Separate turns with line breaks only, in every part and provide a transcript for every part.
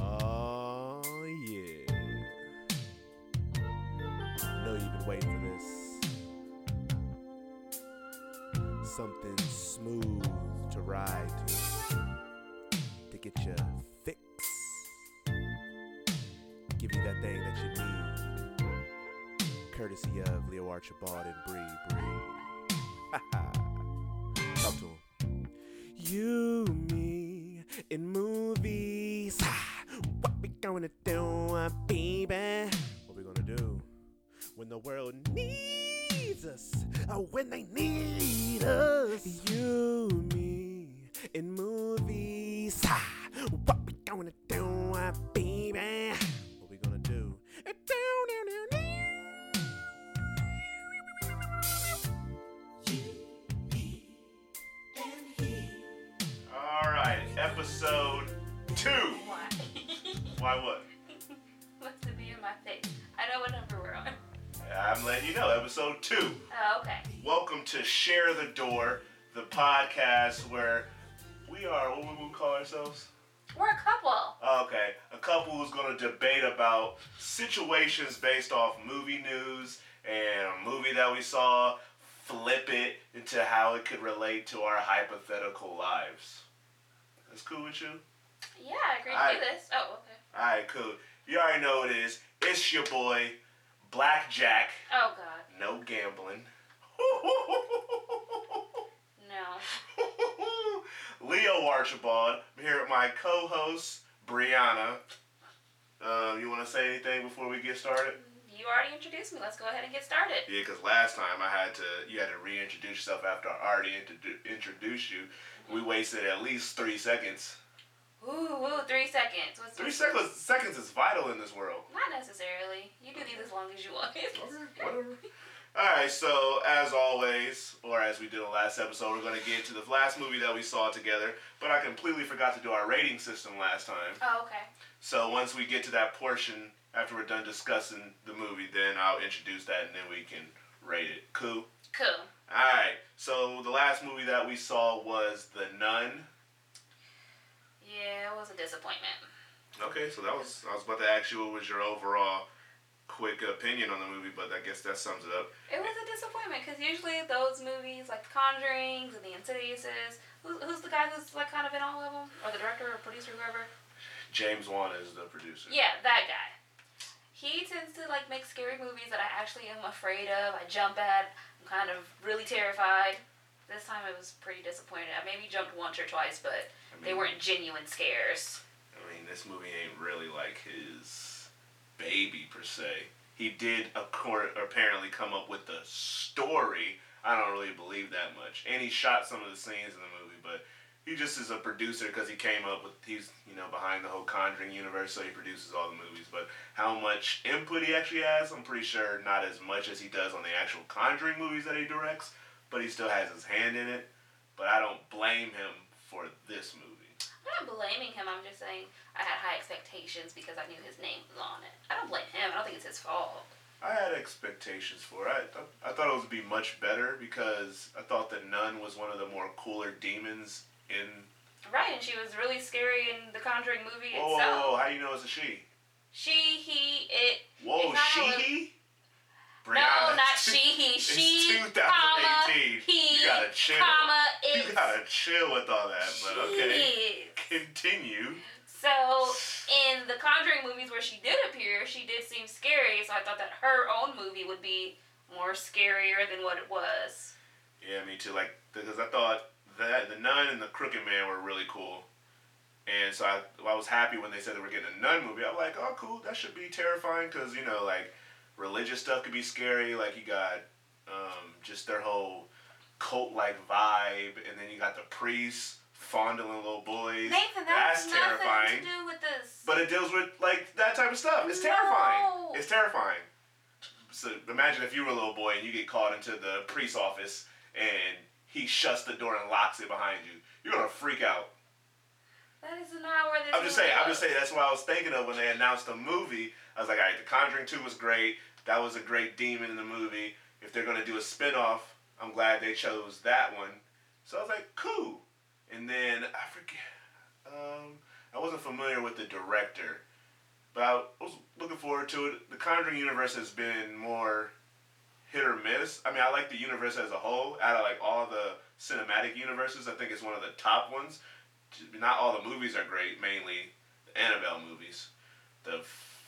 Oh, been waiting for this. Something smooth to ride to, to get your fix. Give you that thing that you need. Courtesy of Leo Archibald and Bree Bree. Talk to him. You, me, in movies. Ah, What we gonna do, uh, baby? What we gonna do when the world needs us? uh, When they need us? You, me, in movies. What we gonna do, uh, baby? What we gonna do? Uh, do, do, do, do.
All right, episode two.
Why?
Why what?
What's the be in my face? I know what number we're on.
I'm letting you know. Episode two.
Oh, okay.
Welcome to Share the Door, the podcast where we are what would we call ourselves?
We're a couple.
Okay, a couple who's going to debate about situations based off movie news and a movie that we saw, flip it into how it could relate to our hypothetical lives. That's cool with you?
Yeah, I agree to
Alright.
do this. Oh, okay.
Alright, cool. You already know what it is. It's your boy, Blackjack.
Oh, God.
No gambling.
No.
Leo Archibald. I'm here with my co-host, Brianna. Um, you want to say anything before we get started?
You already introduced me. Let's go ahead and get started.
Yeah, because last time I had to, you had to reintroduce yourself after I already introdu- introduced you. We wasted at least three seconds.
Ooh, ooh, three seconds. What's
Three seconds, seconds is vital in this world.
Not necessarily. You do these as long as you want.
whatever. All right, so as always, or as we did on last episode, we're going to get into the last movie that we saw together. But I completely forgot to do our rating system last time.
Oh, okay.
So once we get to that portion, after we're done discussing the movie, then I'll introduce that and then we can rate it. Cool.
Cool.
All right. So the last movie that we saw was The Nun.
Yeah, it was a disappointment.
Okay, so that was I was about to ask you what was your overall quick opinion on the movie, but I guess that sums it up.
It was a disappointment because usually those movies like The Conjurings and The Insidiouses, who, who's the guy who's like kind of in all of them? Or the director or producer, whoever?
James Wan is the producer.
Yeah, that guy. He tends to like make scary movies that I actually am afraid of. I jump at. I'm kind of really terrified. This time I was pretty disappointed. I maybe jumped once or twice, but
I
they
mean-
weren't genuine scares.
I mean, this movie ain't really like his baby per se. He did accord, apparently come up with the story. I don't really believe that much. And he shot some of the scenes in the movie, but he just is a producer because he came up with he's you know behind the whole Conjuring universe, so he produces all the movies. But how much input he actually has, I'm pretty sure not as much as he does on the actual Conjuring movies that he directs. But he still has his hand in it. But I don't blame him for this movie.
I'm not blaming him. I'm just saying I had high expectations because I knew his name was on it. I don't blame him. I don't think it's his fault.
I had expectations for it. I, th- I thought it would be much better because I thought the nun was one of the more cooler demons in.
Right, and she was really scary in the Conjuring movie
Whoa, whoa,
itself.
whoa, how do you know it's a she?
She, he, it.
Whoa,
It's not
she,
a-
he?
no, not she, he,
It's
she, comma,
2018.
he,
you gotta chill.
comma, it.
you gotta chill with all that, but okay.
Jeez.
Continue.
So in the Conjuring movies where she did appear, she did seem scary. So I thought that her own movie would be more scarier than what it was.
Yeah, me too. Like because I thought that the nun and the crooked man were really cool, and so I I was happy when they said they were getting a nun movie. I'm like, oh cool, that should be terrifying because you know like religious stuff could be scary. Like you got um, just their whole cult like vibe, and then you got the priests fondling little boys.
Nathan, that
That's
has nothing
terrifying.
to do with this.
But it deals with like that type of stuff. It's terrifying.
No.
It's terrifying. So imagine if you were a little boy and you get called into the priest's office and he shuts the door and locks it behind you. You're gonna freak out.
that is not where this.
I'm just
movie
saying. I'm
goes.
just saying. That's what I was thinking of when they announced the movie. I was like, all right, The Conjuring Two was great. That was a great demon in the movie. If they're gonna do a spinoff, I'm glad they chose that one. So I was like, cool. And then I forget. Um, I wasn't familiar with the director, but I was looking forward to it. The Conjuring universe has been more hit or miss. I mean, I like the universe as a whole. Out of like all the cinematic universes, I think it's one of the top ones. Not all the movies are great. Mainly the Annabelle movies. The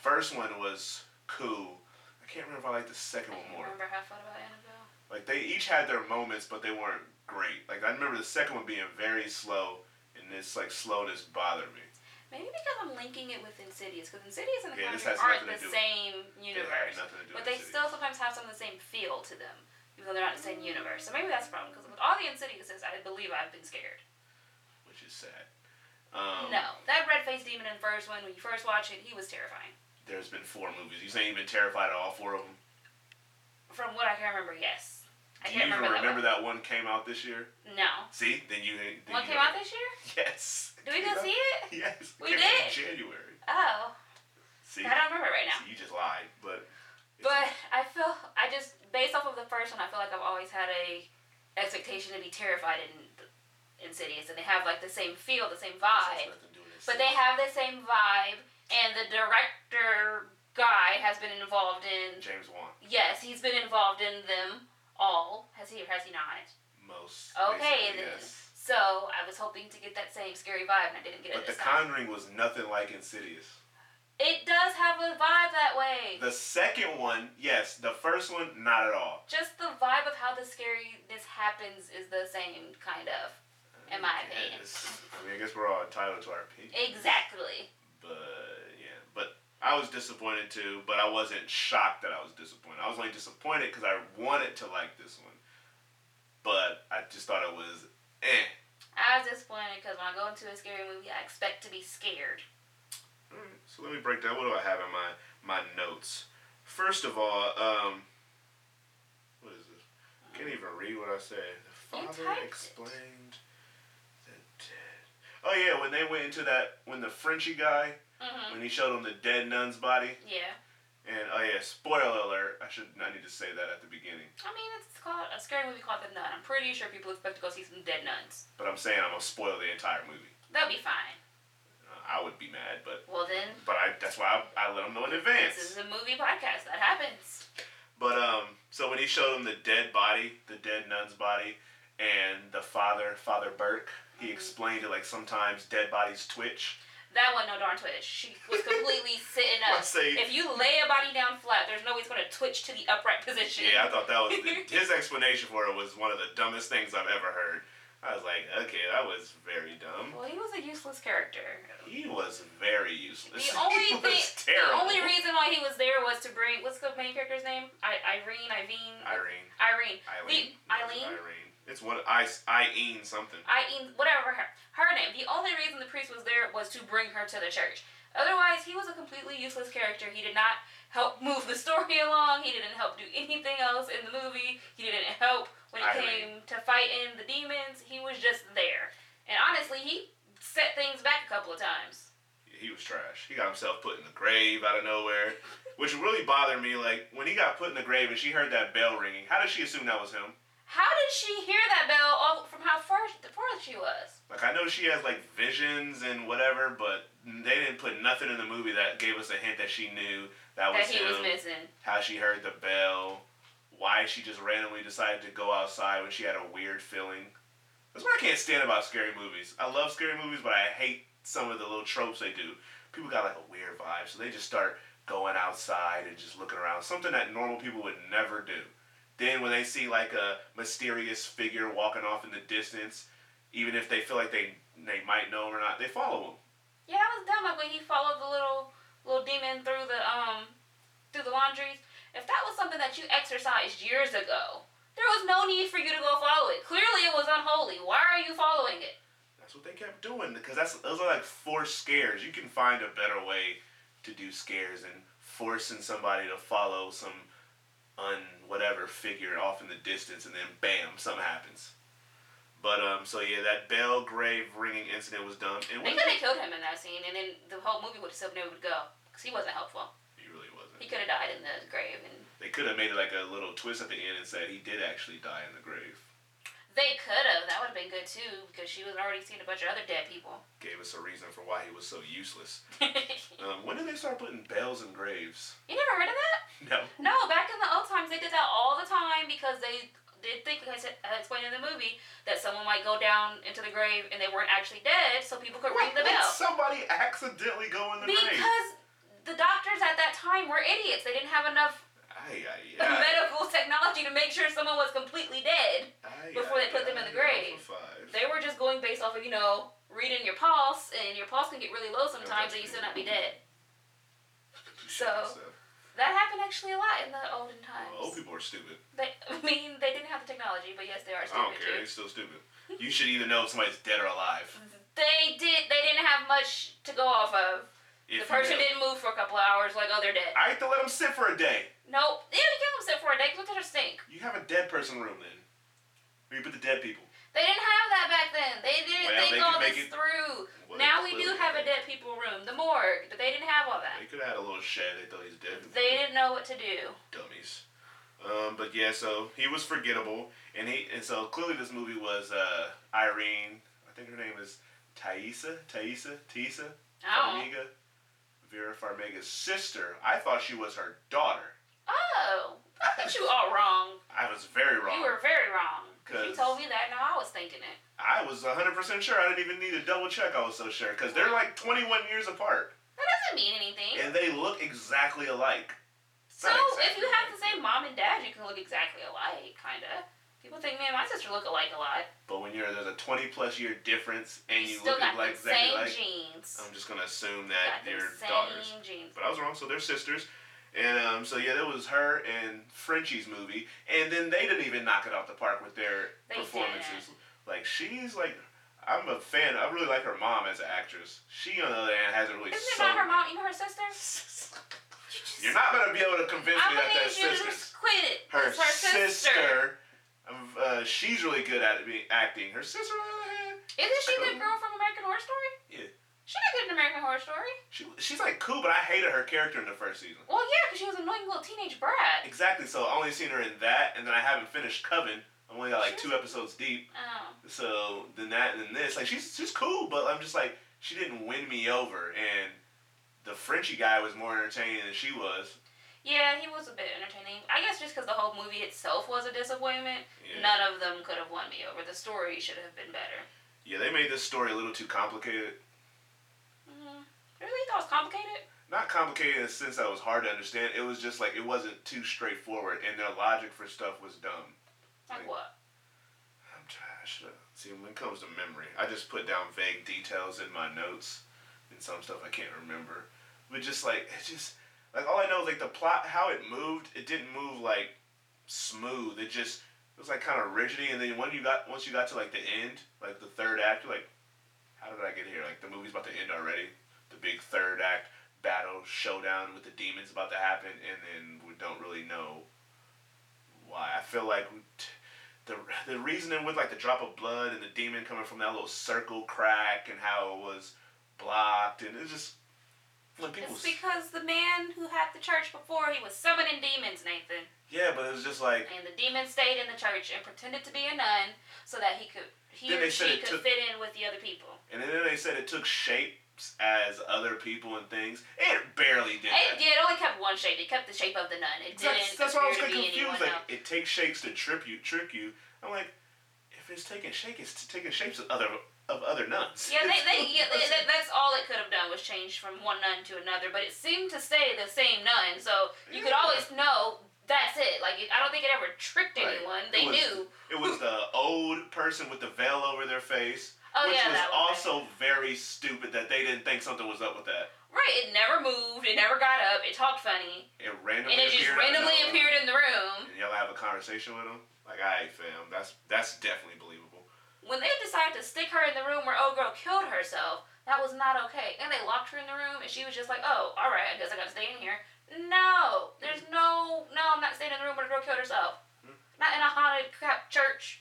first one was cool. I can't remember if I liked the second
I
one
can't
more.
remember how I felt about Annabelle.
Like they each had their moments, but they weren't great. Like I remember the second one being very slow, and this like slowness bothered me.
Maybe because I'm linking it with Insidious, because Insidious and The
Yeah, this has
Conjuring aren't
nothing to
the
do with-
same
It had
universe,
nothing to do with
but they
the city.
still sometimes have some of the same feel to them, even though they're not the same universe. So maybe that's the problem. Because with all the Insidiouses, I believe I've been scared.
which is sad. Um,
no, that red faced demon in the first one, when you first watch it, he was terrifying.
There's been four movies. You saying you've been terrified of all four of them?
From what I can remember, yes. I
Do you
can't
even
remember,
remember
that.
that one came out this year?
one. No.
See, then you. Then
One
you
came
know.
out this year?
Yes.
Did we go see it?
Yes. it
We
came out in
did.
January.
Oh,
See,
I don't remember right now.
See, you just lied, but.
But I feel I just based off of the first one, I feel like I've always had a expectation to be terrified in Insidious, and they have like the same feel, the same vibe. But they have the same vibe, and the director guy has been involved in.
James Wan
Yes, he's been involved in them all. Has he or has he not?
most.
Okay,
basically,
then.
Yes.
So I was hoping to get that same scary vibe, and I didn't get
But
it.
The
This time.
Conjuring was nothing like Insidious.
it does have a vibe that way.
The second one, yes. The first one, not at all.
just the vibe of how the scariness happens is the same kind of. In my opinion.
Yes. I mean, I guess we're all entitled to our opinion.
Exactly.
But yeah, but I was disappointed too. But I wasn't shocked that I was disappointed. I was only disappointed because I wanted to like this one, but I just thought it was eh.
I was disappointed because when I go into a scary movie, I expect to be scared.
All
Mm.
right, so let me break down. What do I have in my my notes? First of all, um, what is this? I can't even read what I said. The
You
father
typed it.
explained the dead. Oh yeah, when they went into that, when the Frenchy guy,
Mm-hmm.
when he showed him the dead nun's body,
Yeah.
and oh yeah, spoiler alert. I should I need to say that at the beginning.
I mean, it's called a scary movie called The Nun. I'm pretty sure people expect to go see some dead nuns.
But I'm saying I'm gonna spoil the entire movie.
That'll be fine.
Uh, I would be mad, but
Well, then,
but I that's why I, I let them know in
this is
advance.
a movie podcast. That happens.
But um, so when he showed him the dead body, the dead nun's body, and the father, Father Burke, he
Mhm.
explained it like sometimes dead bodies twitch.
That wasn't no darn twitch. She was completely sitting
I
up.
say,
If you lay a body down flat, there's no way it's going to twitch to the upright position.
yeah, I thought that was the, his explanation for it was one of the dumbest things I've ever heard. I was like, okay, that was very dumb.
Well, he was a useless character.
He was very useless.
The only
he was
thing, the
terrible.
only reason why he was there was to bring what's the main character's name? I, Irene, Irene,
Irene.
Irene,
Eileen.
The-
No, it's
Eileen?
Irene. It's what I Eileen something.
Irene, E, whatever her her name. The only reason the priest was there was to bring her to the church. Otherwise, he was a completely useless character. He did not help move the story along. He didn't help do anything else in the movie. He didn't help when it
Irene.
came to fighting the demons. He was just there. And honestly, he set things back a couple of times.
He was trash. He got himself put in the grave out of nowhere, which really bothered me. Like when he got put in the grave and she heard that bell ringing. How did she assume that was him?
How did she hear that bell all from how far far she was?
Like I know she has like visions and whatever, but they didn't put nothing in the movie that gave us a hint that she knew that was
that he
him.
was missing.
how she heard the bell, why she just randomly decided to go outside when she had a weird feeling. That's what I can't stand about scary movies. I love scary movies, but I hate some of the little tropes they do. People got like a weird vibe, so they just start going outside and just looking around. Something that normal people would never do. Then when they see like a mysterious figure walking off in the distance, even if they feel like they they might know him or not, they follow him.
Yeah, that was dumb. Like when he followed the little little demon through the um through the laundries. If that was something that you exercised years ago, there was no need for you to go follow it. Clearly, it was unholy. Why are you following it?
That's what they kept doing because that's those are like forced scares. You can find a better way to do scares than forcing somebody to follow some un whatever figure off in the distance and then bam, something happens. But um, so yeah, that bell grave ringing incident was dumb. And what
They could have killed him in that scene, and then the whole movie would have still never would go because he wasn't helpful.
he really wasn't.
He could have died in the grave, and
They could have made it like a little twist at the end and said he did actually die in the grave.
They could have. That would have been good too, because she was already seeing a bunch of other dead people.
Gave us a reason for why he was so useless.
you
Um, when did they start putting bells in graves?
never heard of that?
No.
No, back in the old times, they did that all the time because they did think, like I said, I explained in the movie, that someone might go down into the grave and they weren't actually dead, so people could
Why
ring the
would
bell.
Somebody accidentally go in the grave.
Because the doctors at that time were idiots. They didn't have enough
Ay, ay, ay.
medical technology to make sure someone was completely dead.
Ay,
before they
ay,
put them in
ay,
the grave.
alpha five.
They were just going based off of, you know, reading your pulse, and your pulse can get really low sometimes, and you still not be dead. so- That happened actually a lot in the olden times.
Well, old people are stupid.
They, I mean, they didn't have the technology, but yes, they are
I don't care.
stupid too.
They're still stupid. You should either know if somebody's dead or alive.
They did. They didn't have much to go off of.
If
the
you
person
know.
didn't move for a couple of hours, like oh, they're dead.
I have to let them sit for a day.
nope. They didn't kill themselves for a day. 'cause Look at her stink.
You have a dead person room then. Where you put the dead people.
They didn't have that back then. They didn't
Well,
think
they
all
could make
this
it-
through.
Well,
now
they
we do
clearly
have a
had-
dead people room, the morgue, but they didn't have all that.
They could have had a little shed. They thought he's dead.
They didn't know what to do.
dummies. Um, but yeah, so he was forgettable, and he and so clearly this movie was uh, Irene. I think her name is Thaisa, Thaisa, Tisa
Oh.
Farmiga, Vera Farmiga's sister. I thought she was her daughter.
Oh, I got you all wrong.
I was very wrong.
You were very wrong. 'Cause You
'Cause-
told me that, now I was thinking it.
I was hundred percent sure. I didn't even need to double check. I was so sure because they're like twenty one years apart,
That doesn't mean anything.
and they look exactly alike.
so
not
if
exactly
you have
alike.
the same mom and dad, you can look exactly alike, kinda. People think me and my sister look alike a lot.
But when you're there's a twenty plus year difference, and
We
you
still
look
got
like
the
exactly
same
like,
genes.
I'm just gonna assume that
got the
they're
same
daughters.
genes.
But I was wrong. So they're sisters, and um, so yeah, that was her and Frenchie's movie, and then they didn't even knock it off the park with their
They
performances.
didn't.
Like she's like, I'm a fan. I really like her mom as an actress. She on the other hand hasn't really.
Isn't it
sold
not her
me.
mom? You know her sister? You just-
You're not gonna be able to convince
I'm
me
gonna
that
need
that's
you to
sisters.
just quit it.
Her,
it's her sister.
sister. um, uh, she's really good at it being, acting. Her sister, on the other hand,
Isn't she the
Cool.
girl from American Horror Story?
Yeah.
She did good in American Horror Story.
she, she's like cool, but I hated her character in the first season.
Well, yeah, because she was an annoying little teenage brat.
Exactly. So I only seen her in that, and then I haven't finished Coven. I'm only got like two episodes deep.
Oh.
So then that, and then this, like she's she's cool, but I'm just like she didn't win me over, and the Frenchie guy was more entertaining than she was.
Yeah, he was a bit entertaining. I guess just because the whole movie itself was a disappointment,
Yeah.
none of them could have won me over. The story should have been better.
Yeah, they made this story a little too complicated.
Mm. Really? That was complicated?
Not complicated in the sense that it was hard to understand. It was just like it wasn't too straightforward, and their logic for stuff was dumb.
Like
Like-
what?
I'm trash. See, when it comes to memory, I just put down vague details in my notes, and some stuff I can't remember. But just like it's just like all I know is like the plot, how it moved. It didn't move like smooth. It just it was like kind of rigidy. And then when you got once you got to like the end, like the third act, you're like, how did I get here? Like the movie's about to end already. The big third act battle showdown with the demons about to happen, and then we don't really know why. I feel like. We t- the the reasoning with like the drop of blood and the demon coming from that little circle crack and how it was blocked and it's just when people
It's because the man who had the church before, he was summoning demons, Nathan.
yeah, but it was just like
And the demon stayed in the church and pretended to be a nun so that he could he
Then
or
they said
she
it
could
took-
fit in with the other people.
and then they said it took shapes as other people and things. It barely did.
It,
that.
yeah, it only kept one shape. It kept the shape of the nun. It didn't
That's, that's why I was
appear
getting
to be
confused.
anyone
Like
else.
it takes shapes to trip you, trick you. I'm like, if it's taking shapes, it's taking shapes of other of other nuns.
Yeah, they, they, yeah they, that, that's all it could have done was change from one nun to another, but it seemed to stay the same nun, so you could
Yeah.
always know that's it. Like, it, I don't think it ever tricked
Right.
anyone.
It
They
was-
knew.
It was the old person with the veil over their face.
Oh,
which
yeah,
was
that one.
also very stupid that they didn't think something was up with that.
Right, it never moved, it never got up, it talked funny,
It randomly
and it just
appeared out of
randomly
nowhere.
appeared in the room.
And y'all have a conversation with him. Like, alright, fam, that's that's definitely believable.
When they decided to stick her in the room where old girl killed herself, that was not okay. And they locked her in the room, and she was just like, oh, alright, I guess I gotta stay in here. No, there's no, no, I'm not staying in the room where the girl killed herself.
Hmm.
Not in a haunted crap church.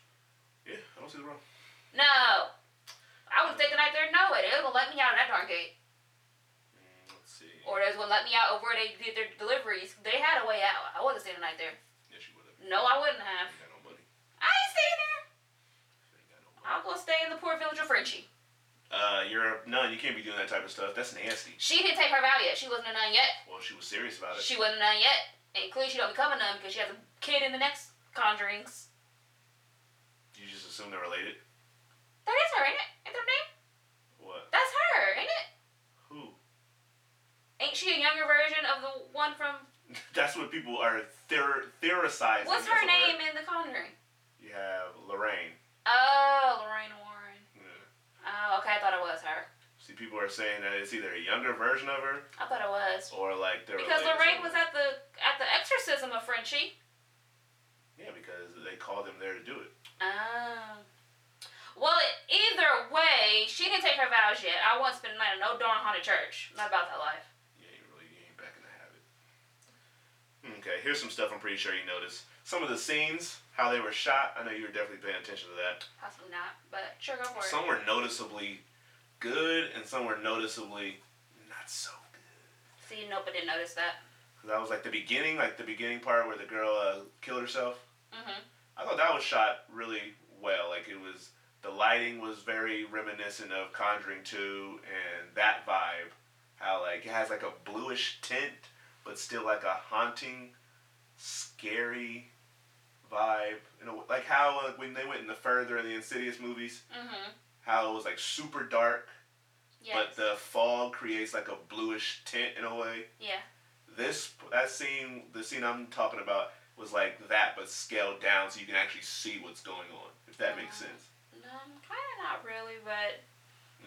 Yeah, I don't see the wrong.
No. I would stay the night there. No, it, it won't let me out of that darn gate.
Mm, Let's see.
Or it won't let me out of where they did their deliveries. They had a way out. I wasn't staying the night there.
yes, you would have.
No, I wouldn't have.
You got no money.
I ain't staying there. I'll go stay in the poor village of Frenchie.
Uh, you're a nun. You can't be doing that type of stuff. That's nasty.
She didn't take her vow yet. She wasn't a nun yet.
Well, she was serious about it.
She wasn't a nun yet. And clearly she don't become a nun because she has a kid in the next Conjurings.
you just assume they're related.
That is her, ain't it? Ain't her name?
What?
That's her, ain't it?
Who?
Ain't she a younger version of the one from...
That's what people are theor- theorizing.
What's
That's what
her
I-
name in The Conjuring?
You have Lorraine.
Oh, Lorraine Warren.
Yeah.
Oh, okay. I thought it was her.
See, people are saying that it's either a younger version of her
I thought it was.
or like they're
Because
related
Lorraine
to
was
her.
at the at the exorcism of Frenchie.
Yeah, because they called him there to do it.
Oh. Well, either way, she didn't take her vows yet. I won't spend the night in no darn haunted church. Not about that life.
Yeah, you really you ain't back in the habit. Okay, here's some stuff I'm pretty sure you noticed. Some of the scenes, how they were shot. I know you were definitely paying attention to that.
Possibly not, but sure, go for it.
Some were noticeably good, and some were noticeably not so good.
See, nope, I didn't notice that.
'Cause that was like the beginning, like the beginning part where the girl uh, killed herself.
Mm-hmm.
I thought that was shot really well. Like it was the lighting was very reminiscent of Conjuring 2 and that vibe. How like it has like a bluish tint, but still like a haunting, scary vibe. You know, like how like, when they went in the further in the Insidious movies,
Mm-hmm.
how it was like super dark,
Yes.
but the fog creates like a bluish tint in a way.
yeah.
This that scene, the scene I'm talking about, was like that, but scaled down so you can actually see what's going on. If that makes
Ah.
sense.
No, I'm kind of not really, but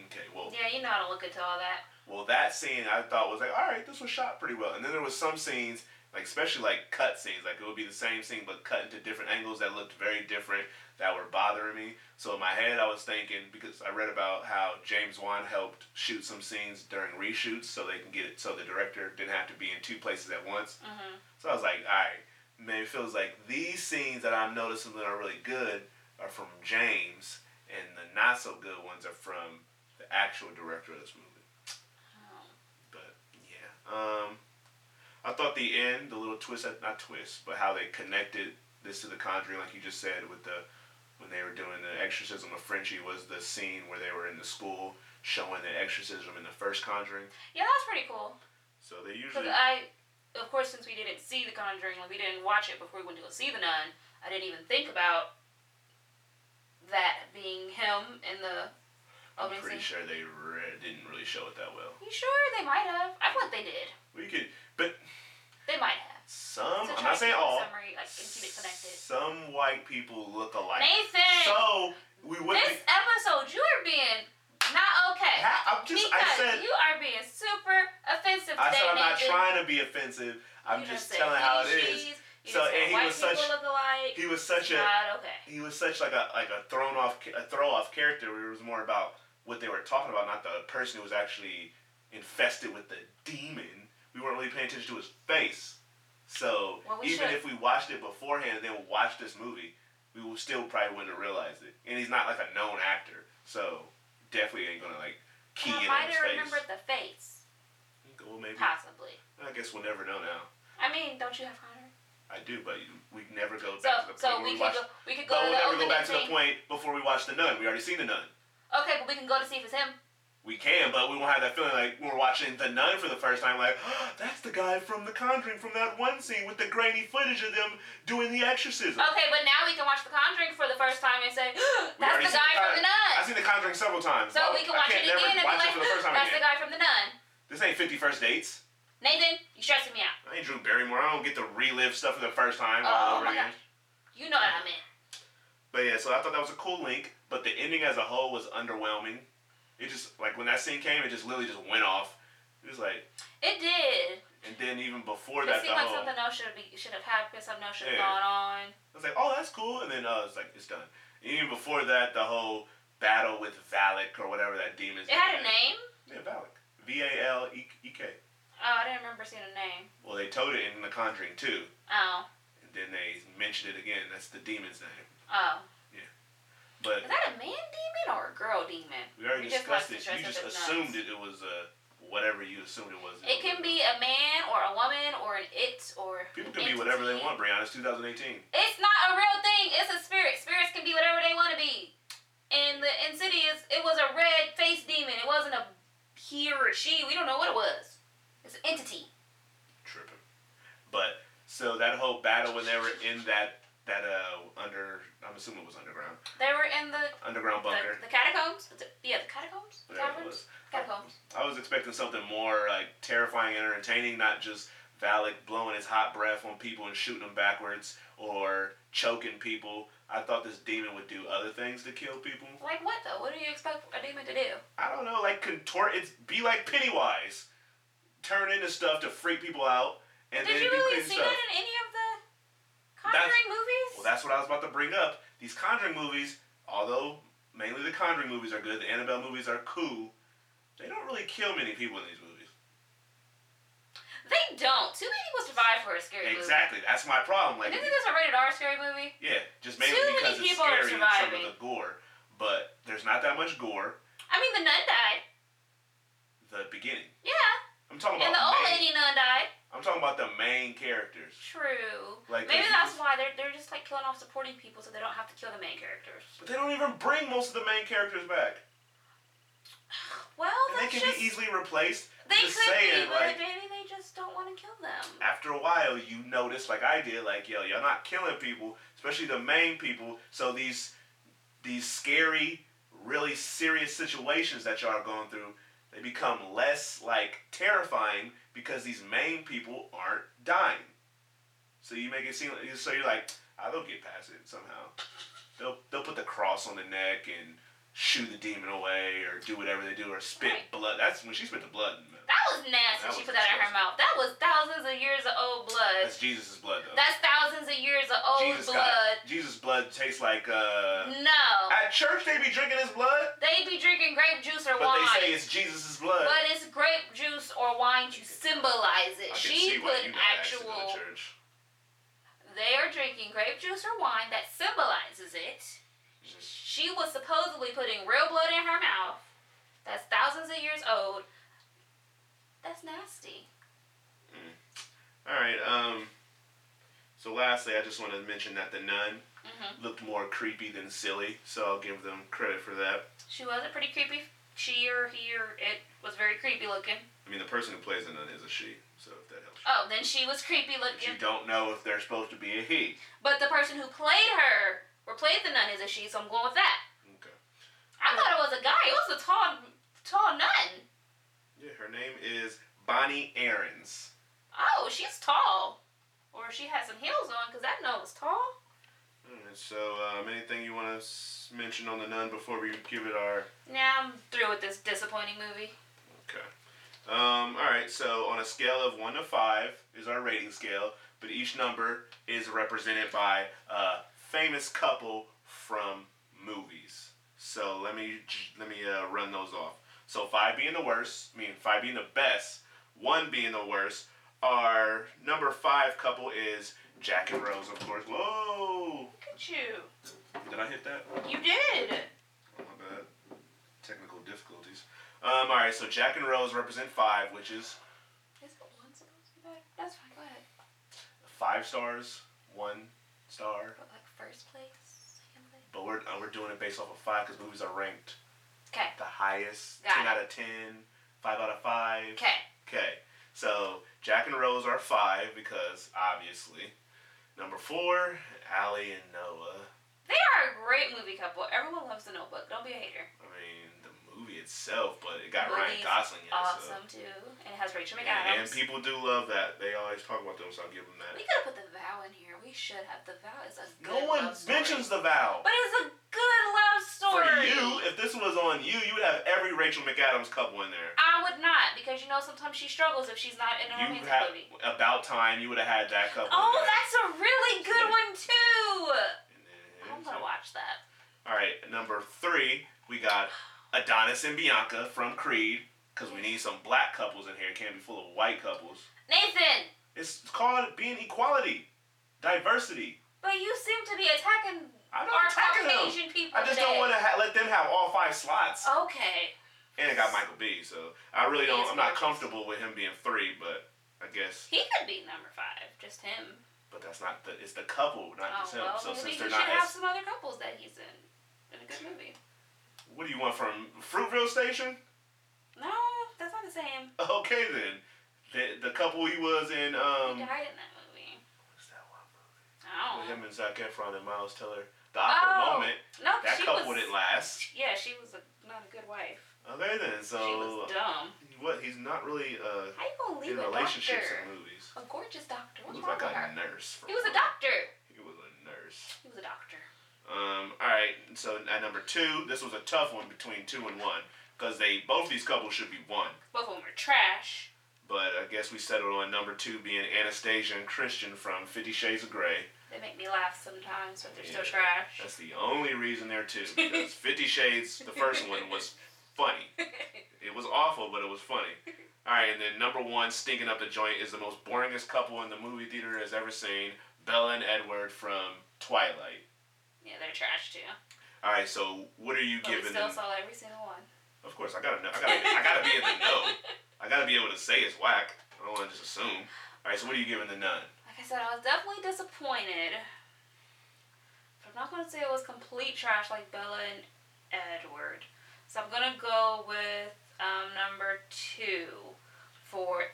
Okay. Well,
yeah, you know I don't look into all that.
well, that scene I thought was like, all right, this was shot pretty well. And then there was some scenes, like especially like cut scenes, like it would be the same scene but cut into different angles that looked very different that were bothering me. So in my head, I was thinking because I read about how James Wan helped shoot some scenes during reshoots so they can get it so the director didn't have to be in two places at once.
Mm-hmm.
So I was like, all right, man, it feels like these scenes that I'm noticing that are really good are from James, and the not so good ones are from the actual director of this movie.
Um,
But yeah, um, I thought the end, the little twist, not twist, but how they connected this to the Conjuring, like you just said, with the when they were doing the exorcism of Frenchie, was the scene where they were in the school showing the exorcism in the first Conjuring.
Yeah, that's pretty cool.
So they
Because
usually
I, of course, since we didn't see The Conjuring, like we didn't watch it before we went to go see The Nun, I didn't even think about that being him in the
I'm
opening
pretty sure
scene.
they re- didn't really show it that well.
You sure they might have? I thought they did.
We could, but
They might have.
Some,
So
Um, I'm not
try to
saying
keep the
all.
Summary, like, and keep it connected.
Some white people look alike.
Nathan,
So we wouldn't.
this episode you are being not okay.
ha- I'm just.
because
I said.
you are being super offensive
I said
today,
I'm not
Nathan.
trying to be offensive. I'm
You done
just
said
telling how it
he,
is.
she's, You
So,
done said
and he
white
was
people
such-
look alike.
He was such a.
not okay.
He was such like a like a thrown off ca- a throw off character. Where it was more about what they were talking about, not the person who was actually infested with the demon. We weren't really paying attention to his face. So
Well, we
even
should-
if we watched it beforehand and then watched this movie, we will still probably wouldn't have realized it. And he's not like a known actor, so definitely ain't gonna like key in
I
on
might
his
have
face.
remembered the face,
Well, maybe
possibly.
I guess we'll never know now.
I mean, don't you have Connor?
I do, but we never go
So,
back to the point
so
where
we
we
could
watch.
go. We could go
But
to
we'll
the
never
opening
go back to the
scene.
point before we watch the nun. We already seen the nun.
Okay, but we can go to see if it's him.
We can, but we won't have that feeling like when we're watching The Nun for the first time, like, that's the guy from The Conjuring from that one scene with the grainy footage of them doing the exorcism.
Okay, but now we can watch The Conjuring for the first time and say, "That's
already
the
seen
guy
The
from the nun."
I've seen The Conjuring several times.
So
Why-
we can
I
watch
can't
it
never
again and be
watch
like,
it for the first time
"That's the
again.
guy from the nun."
This ain't 51st Dates.
Nathan, you stressing me out.
I ain't Drew Barrymore. I don't get to relive stuff for the first time all
Oh,
over
my
again.
gosh. You know what I meant.
But yeah, so I thought that was a cool link, but the ending as a whole was underwhelming. It just, like, when that scene came, it just literally just went off. It was like,
It did.
and then even before
It
that, the
seemed like
whole.
something else should be should have happened. Something else should have
Yeah.
gone on.
I was like, oh, that's cool. And then uh, it's like, it's done. And even before that, the whole battle with Valak or whatever that demon's
It had a name.
Yeah, Valak. V A L E E K.
Oh, I didn't remember seeing a name.
Well, they told it in The Conjuring too,
Oh,
And then they mentioned it again. That's the demon's name.
oh.
But
Is that a man demon or a girl demon?
we already
We just
discussed
like to
this. You
dress
just
up as
assumed it,
nuns.
it was uh, whatever you assumed it was.
It can be a man or a woman or an it or.
People
an
can be whatever they
entity.
want, Brianna. It's 2018.
It's not a real thing. It's a spirit. Spirits can be whatever they want to be. And the Insidious, it was a red faced demon. It wasn't a he or she. We don't know what it was. It's an entity.
tripping. But so that whole battle when they were in that that uh under I'm assuming it was underground
They were in the
underground bunker.
the, the catacombs. The- yeah, the catacombs.
whatever it
Caverns?
was.
Catacombs.
I was expecting something more like terrifying and entertaining, not just Valak blowing his hot breath on people and shooting them backwards or choking people. I thought this demon would do other things to kill people.
Like what though? What do you expect a demon to do?
I don't know, like contort. It's be like Pennywise, turn into stuff to freak people out, and
Did
then
you
do
really
crazy
see
stuff.
that in any of the
That's-
Conjuring movies?
Well, that's what I was about to bring up. These Conjuring movies, although mainly the Conjuring movies are good, the Annabelle movies are cool. They don't really kill many people in these movies.
they don't. Too many people survive for a scary
Exactly, that's my problem.
movie.
Like,
Isn't this a rated R scary movie?
yeah, just mainly
Too many
because it's
people are
scary and some of
surviving.
the gore, but there's not that much gore.
I mean, the nun died.
The beginning.
Yeah,
I'm talking about
and the old
main,
lady nun died.
I'm talking about the main characters.
True.
Like,
Maybe
if you
that's
just-
why they're they're just like killing off supporting people so they don't have to kill the main characters.
But they don't even bring most of the main characters back.
Well,
And they
that's
can
just
be easily replaced.
they
just
could
saying,
be, but
like-
maybe they just don't want to kill them.
after a while you notice like I did like yo y'all not killing people especially the main people so these these scary really serious situations that y'all are going through they become less like terrifying because these main people aren't dying so you make it seem like so you're like I will get past it somehow they'll they'll put the cross on the neck and shoot the demon away or do whatever they do or spit
Right.
blood that's when she spit the blood in the mouth.
That was nasty.
That was
she put that in
disgusting.
her mouth. That was thousands of years of old blood.
that's Jesus' blood though
That's thousands of years of old
Jesus
blood.
got- Jesus blood tastes like uh
No.
at church they be drinking his blood,
They be drinking grape juice or
but
wine.
they say it's Jesus' blood.
but it's grape juice or wine to symbolize
I
it.
can
She
see why
put
you got asked to go to
actual.
church.
They are drinking grape juice or wine that symbolizes it. She was supposedly putting real blood in her mouth. That's thousands of years old. That's nasty.
All right. Um. So lastly, I just want to mention that the nun
hmm
looked more creepy than silly, so I'll give them credit for that.
She was a pretty creepy. She or he or it was very creepy looking.
I mean, the person who plays the nun is a she, so if that helps. you.
Oh, then she was creepy
But you
looking.
don't know if they're supposed to be a he.
But the person who played her or played the nun is a she, so I'm going with that.
Okay.
I thought it was a guy. It was a tall, tall nun.
Yeah, her name is Bonnie Aarons.
Oh, she's tall. Or she had some heels on because that nun was tall.
All right. So, um, anything you want to s- mention on the nun before we give it our
Now I'm through with this disappointing movie.
Okay. Um, all right. So on a scale of one to five is our rating scale, but each number is represented by a famous couple from movies. So let me j- let me uh, run those off. So five being the worst, I mean five being the best, one being the worst. Our number five couple is Jack and Rose, of course. Whoa!
Look at you.
Did I hit that?
You did.
Oh my bad. Technical difficulties. Um, all right. So Jack and Rose represent five, which is
Is it one supposed to be better? That's fine. Go ahead.
five stars, one star.
But like first place, second place.
But we're uh, we're doing it based off of five because movies are ranked
Okay.
the highest.
Got
ten
it.
out of ten, five out of five.
Okay.
Okay. So Jack and Rose are five because obviously. Number four, Allie and Noah.
They are a great movie couple. Everyone loves the Notebook. Don't be a hater.
I mean the movie itself, but it got
The
Ryan
movie's
Gosling in it.
Awesome too, and it has
So.
Rachel
And, and
McAdams.
people do love that. They always talk about them, so I'll give them
we
that.
could have put the vow in here. We should have. The vow is a good
No one
love story.
mentions the vow.
But it's a good love
For
story.
you, if this was on you, you would have every Rachel McAdams couple in there.
I would not, because you know sometimes she struggles if she's not in a
You
romantic
have
movie.
about time. You would have had that couple.
Oh,
in there.
that's a really good one too. I'm
And then-
gonna watch that.
All right, number three, we got Adonis and Bianca from Creed, because we need some black couples in here. It can't be full of white couples.
Nathan,
It's called being equality, diversity.
but you seem to be attacking
I'm not
our
attacking them.
Caucasian Oh. people
I just
today.
don't want to ha- let them have all five slots.
Okay.
And it got Michael B, so I really
He
don't.
is
I'm not
gorgeous.
comfortable with him being three, but I guess.
He could be number five, just him.
But that's not the. It's the couple, not
oh
just him.
well,
so
maybe
since
he
they're
should
not
have
as
some other couples that he's in. In a good movie.
What do you want from Fruitville Station?
No, that's not the same.
Okay then. The, the couple he was in. Um,
he died in that movie.
what's that one movie?
I don't
With
know.
him and Zac Efron and Miles Teller. The awkward
Oh,
moment.
No,
That
she
couple
was.
didn't last.
Yeah, she was a, not a good wife.
Okay then. So
she was dumb.
what? He's not really uh,
How you gonna leave
in
a
relationships
doctor?
in movies.
A gorgeous doctor. What's
He was
wrong
like
with her?
a nurse. for
He was a
one.
doctor.
He was a nurse.
He was a doctor.
Um, all right, so at number two, this was a tough one between two and one because they both these couples should be one.
Both of them are trash.
But I guess we settled on number two being Anastasia and Christian from Fifty Shades of Grey.
They make me laugh sometimes, but they're still
Yeah.
trash.
That's the only reason there too because Fifty Shades, the first one was funny. It was awful, but it was funny. All right, and then number one, stinking up the joint, is the most boringest couple in the movie theater has ever seen. Bella and Edward from Twilight.
yeah, they're trash too.
All right, so what are you
But we
giving
Oh, still
them?
saw every single one.
Of course, I gotta know. I gotta, I gotta be in the know. I gotta be able to say it's whack. I don't want to just assume. All right, so what are you giving the nun?
Like I said, I was definitely disappointed. But I'm not gonna say it was complete trash like Bella and Edward. So I'm gonna go with um, number two for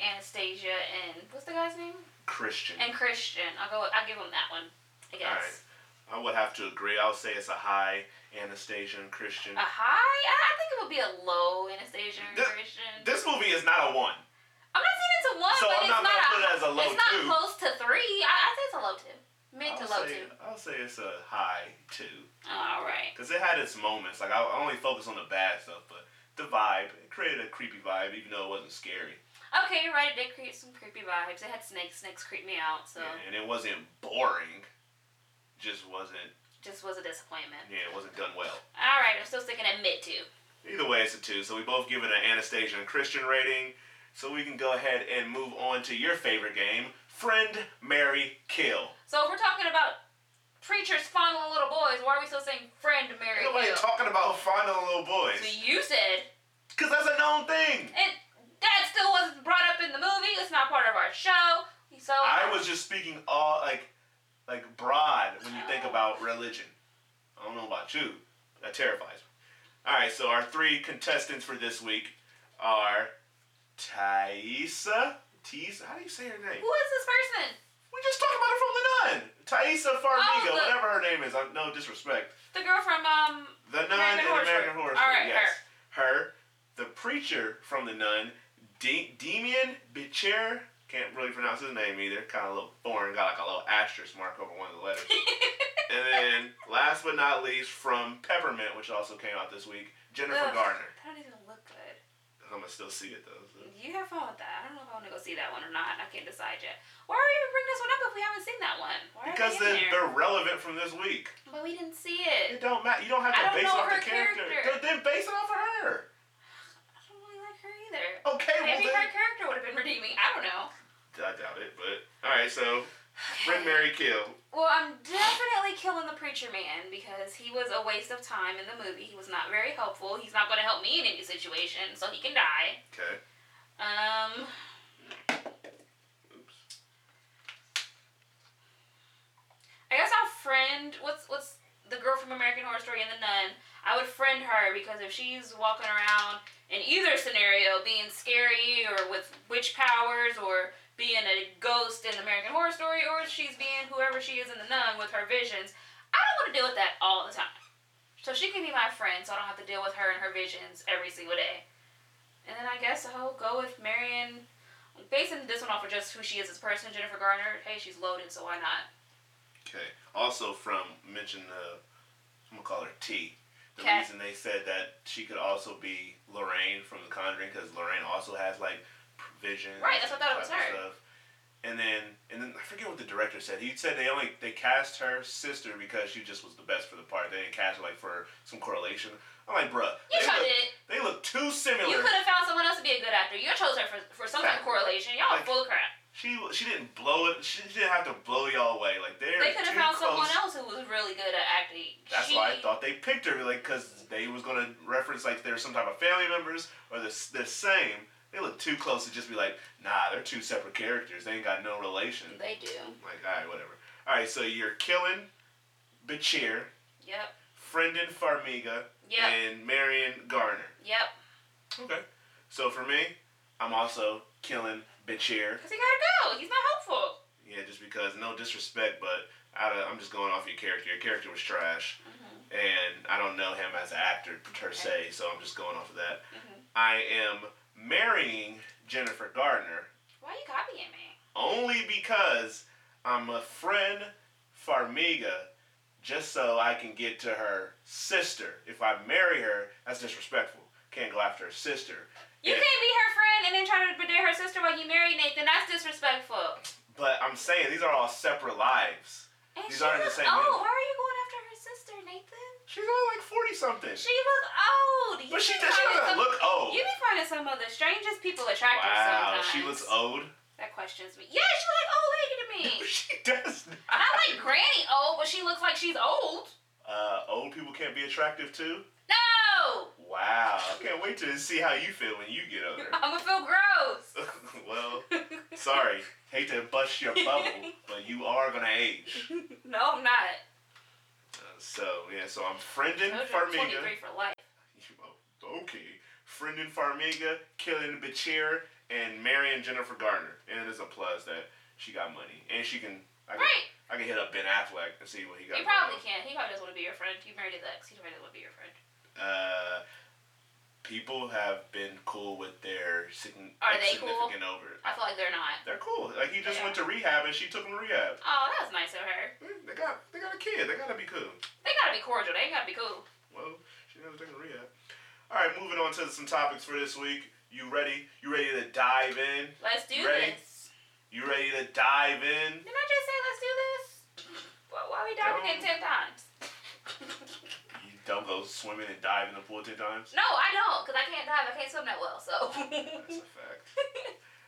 Anastasia and what's the guy's name?
Christian.
And Christian. I'll go. I'll give him that one. I guess.
Alright. I would have to agree. I'll say it's a high Anastasia and Christian.
A high? I I think it would be a low Anastasia and
Th-
Christian.
This movie is not a one.
I'm not saying it's a one,
So
but
I'm
it's
not
not,
gonna
a,
put it as a low
It's not
two.
close to three. I, I say it's a low two, mid to
I'll
low
say,
two.
I'll say it's a high two.
All right.
Because it had its moments. Like, I, I only focus on the bad stuff, but the vibe, it created a creepy vibe, even though it wasn't scary.
Okay, you're right. It did create some creepy vibes. It had snakes. Snakes creep me out, so
Yeah, and it wasn't boring. Just wasn't,
just was a disappointment.
yeah, it wasn't done well.
All right, I'm still sticking at mid two.
Either way, it's a two. So we both give it an Anastasia and Christian rating. So we can go ahead and move on to your favorite game, Friend, Mary, Kill.
So if we're talking about preachers fondling little boys, why are we still saying friend Mary?
Ain't nobody
Hill?
talking about fondling little
so
boys.
you said
Because that's a known thing.
And that still wasn't brought up in the movie. It's not part of our show. So
I was just speaking all, like, like broad when you think about religion. I don't know about you. but That terrifies me. All right, so our three contestants for this week are Thaisa. Thaisa? How do you say her name?
Who is this person?
We just talked about her from the nun, Thaisa Farmiga,
Oh, the-
whatever her name is. I, no disrespect.
The girl from um.
The nun
American
in
Horror
American
Story.
Horror
All
Story.
right,
yes, her. the preacher from the nun, De- Demian Bichir. Can't really pronounce his name either. Kind of a little foreign. Got like a little asterisk mark over one of the letters. and then, last but not least, from Peppermint, which also came out this week, Jennifer
Ugh,
Garner.
That don't even look good.
I'm gonna still see it though. so.
You have fun with that. I don't know if I want to go see that one or not. I can't decide yet. Why are you even bringing this one up if we haven't seen that one? Why are
Because
they
they're,
in there?
they're relevant from this week.
But we didn't see
It
it.
don't matter. You don't have to
I don't
base it
know
off the
her
character.
character.
Then- Then base it off of her.
I don't really like her either.
Okay, well
Maybe
then.
her character would have been redeeming. I don't know.
I doubt it, but all right. So, friend Mary Kill.
Well, I'm definitely killing the preacher man because he was a waste of time in the movie. He was not very helpful. He's not going to help me in any situation, so he can die.
Okay.
Um,
Oops.
I guess I'll friend what's what's the girl from American Horror Story and the nun. I would friend her because if she's walking around in either scenario, being scary or with witch powers or being a ghost in American Horror Story, or if she's being whoever she is in the nun with her visions, I don't want to deal with that all the time. So she can be my friend, so I don't have to deal with her and her visions every single day. And then I guess I'll go with Marion. Basing this one off of just who she is as a person, Jennifer Garner. Hey, she's loaded, so why not?
Okay. Also, from mention the, I'm gonna call her T. The
Okay.
reason they said that she could also be Lorraine from The Conjuring because Lorraine also has like visions.
Right, that's what
and
that was
type of
her.
Stuff. And then, and then I forget what the director said. He said they only they cast her sister because she just was the best for the part. They didn't cast her like for some correlation. I'm like, bruh,
You
they
tried
look,
it.
they look too similar.
You could have found someone else to be a good actor. You chose her for, for some kind of correlation. Y'all are
Like,
full of crap.
She she didn't blow it. She didn't have to blow y'all away. Like they're
They could have
too
found
close.
someone else who was really good at acting.
That's
She-
why I thought they picked her, like, cause they was gonna reference like they're some type of family members or they're, s- they're same. They look too close to just be like, nah, they're two separate characters. They ain't got no relation.
They do.
Like, all right, whatever. All right, so you're killing Bachir,
Yep.
friending Farmiga,
Yep.
and Marion Garner.
Yep.
Okay. So for me, I'm also killing Bichir.
Because he gotta go. He's not helpful.
Yeah, just because no disrespect, but I, I'm just going off your character. Your character was trash,
Mhm.
and I don't know him as an actor per se, so I'm just going off of that.
Mhm.
I am marrying Jennifer Gardner
Why are you copying me?
only because I'm a friend Farmiga, just so I can get to her sister. If I marry her, that's disrespectful. Can't go after her sister.
You
Yeah.
can't be her friend and then try to date her sister while you marry Nathan. That's disrespectful.
But I'm saying these are all separate lives.
And
These
she
aren't in the
looks
same
old.
universe.
Why are you going after her sister, Nathan?
She's only like forty something.
She looks old. You
But she,
be
does, she
finding
doesn't
some-
look old.
You be finding some of the strangest people attractive
Wow,
sometimes.
she looks old.
That questions me. Yeah, she look old lady to me.
she does not.
Not like granny old, but she looks like she's old.
Uh, old people can't be attractive too.
No!
Wow, I can't wait to see how you feel when you get older.
I'ma feel gross.
well, sorry, hate to bust your bubble, but you are gonna age.
no, I'm not.
Uh, so yeah, so I'm friending
Told you I'm
Farmiga. Oh,
23 for life.
Okay, friending Farmiga, killing Bachir, and marrying Jennifer Garner. And it is a plus that she got money and she can. I can,
Right.
I can hit up Ben Affleck and see what he got.
You
going on.
probably can't. He probably doesn't want to be your friend. You married his ex. He probably doesn't want to be your friend.
uh, people have been cool with their sign-
Are
ex-
they cool?
significant over.
I feel like they're not.
They're cool. Like he just
Yeah.
went to rehab and she took him to rehab.
Oh, that was nice of her.
Mm, They got they got a kid. They gotta be cool.
They gotta be cordial. They ain't gotta be cool.
Well, she never took him to rehab. All right, moving on to some topics for this week. You ready? You ready to dive in?
Let's do
Ready?
this.
You ready to dive in?
Didn't I just say let's do this? Why, why we diving in
Don't.
ten times?
You don't go swimming and dive in the pool ten times.
No, I don't, cause I can't dive. I can't swim that well. So.
That's a fact.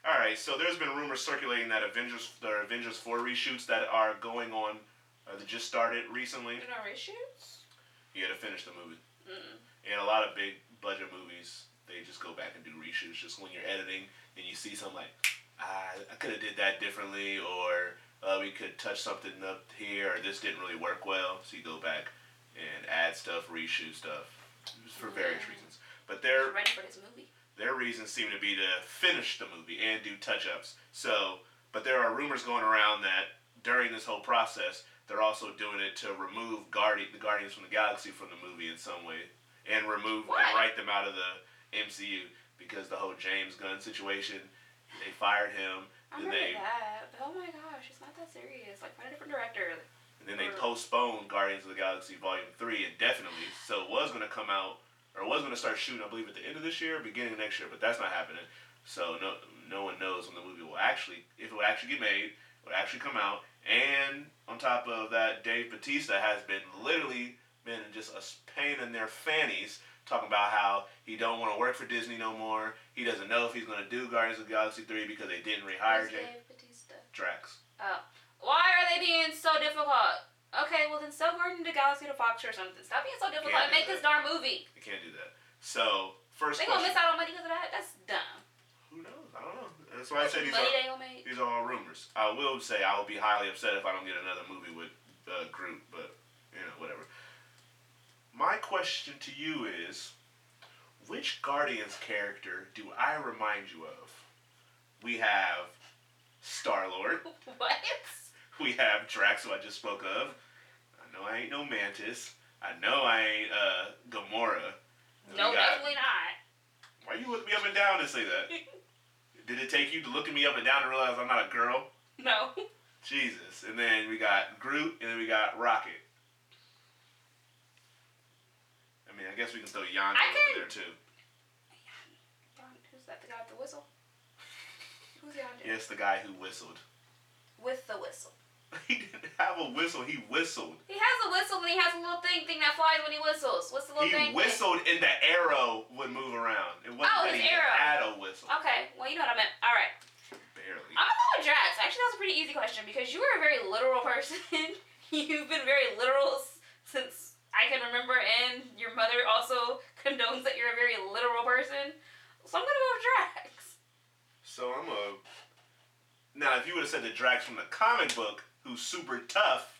All right, so there's been rumors circulating that Avengers, the Avengers four reshoots that are going on, uh, that just started recently.
no reshoots.
Yeah, to finish the movie.
Mm.
And a lot of big budget movies, they just go back and do reshoots. Just when you're editing and you see something like, ah, I could have did that differently, or uh, we could touch something up here, or this didn't really work well. So you go back and add stuff, reshoot stuff, for various
Mm.
reasons. But their
I'm ready for this movie.
their reasons seem to be to finish the movie and do touch ups. So, but there are rumors going around that during this whole process, they're also doing it to remove Guardi- the Guardians from the Galaxy from the movie in some way and remove
Why?
and write them out of the MCU because the whole James Gunn situation, they fired him,
I
then
remember
they
that. But oh my gosh, it's not that serious. Like find a different director.
and then they postponed Guardians of the Galaxy Volume 3 indefinitely. So it was going to come out or it was going to start shooting I believe at the end of this year, beginning of next year, but that's not happening. So no no one knows when the movie will actually if it will actually get made, will actually come out. And on top of that, Dave Batista has been literally been just a s- pain in their fannies talking about how he don't want to work for Disney no more. He doesn't know if he's going to do Guardians of the Galaxy 3 because they didn't rehire
Who's
James
Dave Bautista?
Drax.
Why are they being so difficult? Okay, well then sell Gordon to Galaxy to Fox or something. Stop being so difficult
Can't
and
do
make this darn movie.
They can't do that. So, first
They gonna
question.
miss out on money because of that? That's dumb.
Who knows? I don't know. That's why I said these
money
are
they gonna make.
these are all rumors. I will say I will be highly upset if I don't get another movie with uh, Groot, but you know whatever. My question to you is, which Guardians character do I remind you of? We have Star Lord.
What?
We have Drax, who I just spoke of. I know I ain't no Mantis. I know I ain't uh, Gamora. We
No,
got-
definitely not.
Why you look me up and down to say that? Did it take you to looking me up and down to realize I'm not a girl?
No.
Jesus. And then we got Groot, and then we got Rocket. I mean, I guess we can throw Yondu
I
over
can-
there too.
Who's that? The guy with the whistle? Who's Yonder?
Yes, the guy who whistled.
With the whistle.
He didn't have a whistle. He whistled.
He has a whistle and he has a little thing thing that flies when he whistles. What's the little
he
thing?
whistled, and the arrow would move around. It wasn't
Oh,
that
his
he
arrow.
had a whistle.
Okay, well you know what I meant. All right.
Barely.
I'm gonna go with Drax. Actually, that was a pretty easy question because you were a very literal person. You've been very literal s- since I can remember, and your mother also condones that you're a very literal person. So I'm gonna go with Drax.
So I'm a. Now, if you would have said the Drax from the comic book, who's super tough,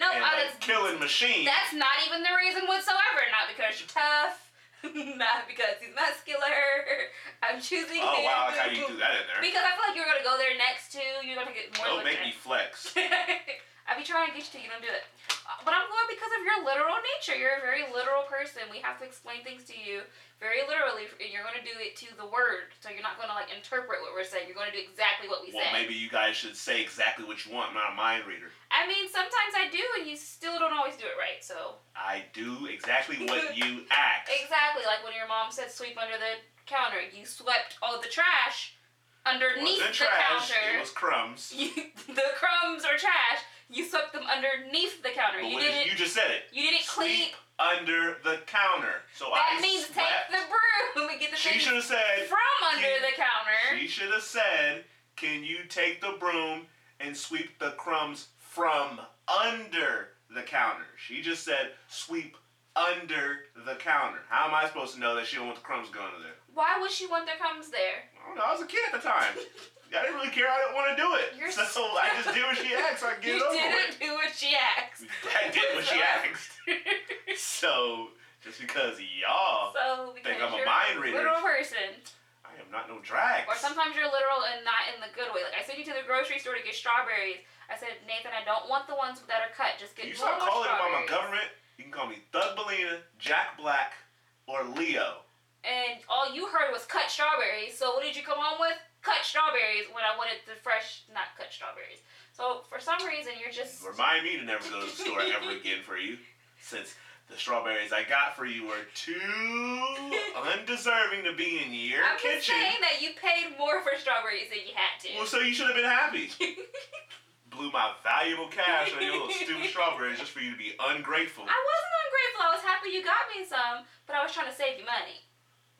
No, uh,
and
I
like
just-
killing machine.
That's not even the reason whatsoever. Not because you're tough. not because he's muscular. I'm choosing
Oh
him.
wow, I like how you threw that Oh, in there.
Because I feel like you're gonna go there next to. You're gonna get more.
Don't make
looking
me
at-
flex.
I be trying to get you to. You don't do it. Uh, But I'm going because of your literal nature. You're a very literal person. We have to explain things to you very literally. and You're gonna do it to the word. So you're not gonna like interpret what we're saying. You're gonna do exactly what we
Well,
say.
maybe you guys should say exactly what you want. I'm not a mind reader.
I mean, sometimes I do, and you still don't always do it right. So.
I do exactly what you ask.
Exactly, like when your mom said sweep under the counter, you swept all the trash
It
underneath
wasn't
the
trash.
counter.
It was crumbs.
you, the crumbs or trash, you swept them underneath the counter.
But
you
what
didn't.
you just said it.
You, didn't clean.
Sweep under the counter. So
That
I
means
swept.
take the broom and get the
She
things
should have said.
from under
she-
the counter.
She should have said, "Can you take the broom and sweep the crumbs from under the counter?" She just said, "Sweep under the counter." How am I supposed to know that she don't want the crumbs going to there?
Why would she want the crumbs there?
I don't know. I was a kid at the time. I didn't really care. I didn't want to do it.
You're
so I just did what she asked. I get
you
it over with.
didn't do what she asked.
I did what she asked. So just because y'all,
so because
Think I'm a
you're
mind reader.
literal person.
I am not no drag.
Or sometimes you're literal and not in the good way. Like I sent you to the grocery store to get strawberries. I said, Nathan, I don't want the ones that are cut. Just get
You
normal
start calling by my
strawberries."
government. You can call me Thug Belina, Jack Black, or Leo.
And all you heard was cut strawberries. So what did you come home with? Cut strawberries when I wanted the fresh, not cut strawberries. So for some reason you're just
Remind me to never go to the store ever again for you, since the strawberries I got for you were too undeserving to be in your
I'm
kitchen.
just saying that you paid more for strawberries than you had to.
Well, so you should have been happy. Blew my valuable cash on your little stupid strawberries just for you to be ungrateful.
I wasn't ungrateful. I was happy you got me some, but I was trying to save you money.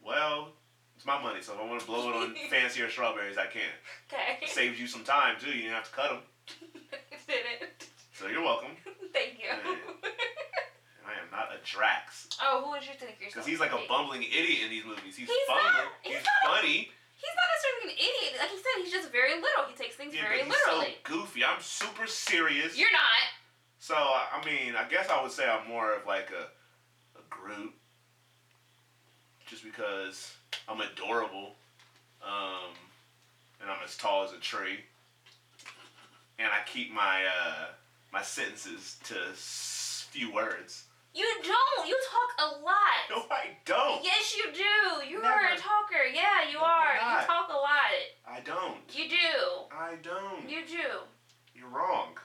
Well, it's my money, so if I want to blow it on fancier strawberries, I can.
Okay.
It saves you some time too. You didn't have to cut them,
Didn't.
so you're welcome.
Thank you.
And I am not a Drax.
oh, who would you think yourself?
Because he's like a
to be?
bumbling idiot in these movies. He's,
He's
fumbling.
not-
He's,
he's not-
funny.
He's not necessarily an idiot. Like he said, he's just very little. He takes things
Yeah,
very
but he's
literally.
so goofy. I'm super serious.
You're not.
so I mean, I guess I would say I'm more of like a a Groot, just because I'm adorable, um, and I'm as tall as a tree, and I keep my uh, my sentences to s- few words.
You don't. You talk a lot.
No, I don't.
Yes, you do. You are a
Never.
talker. Yeah, you
No,
are.
I'm not.
You talk a lot.
I don't.
You do.
I don't.
You do.
You're wrong.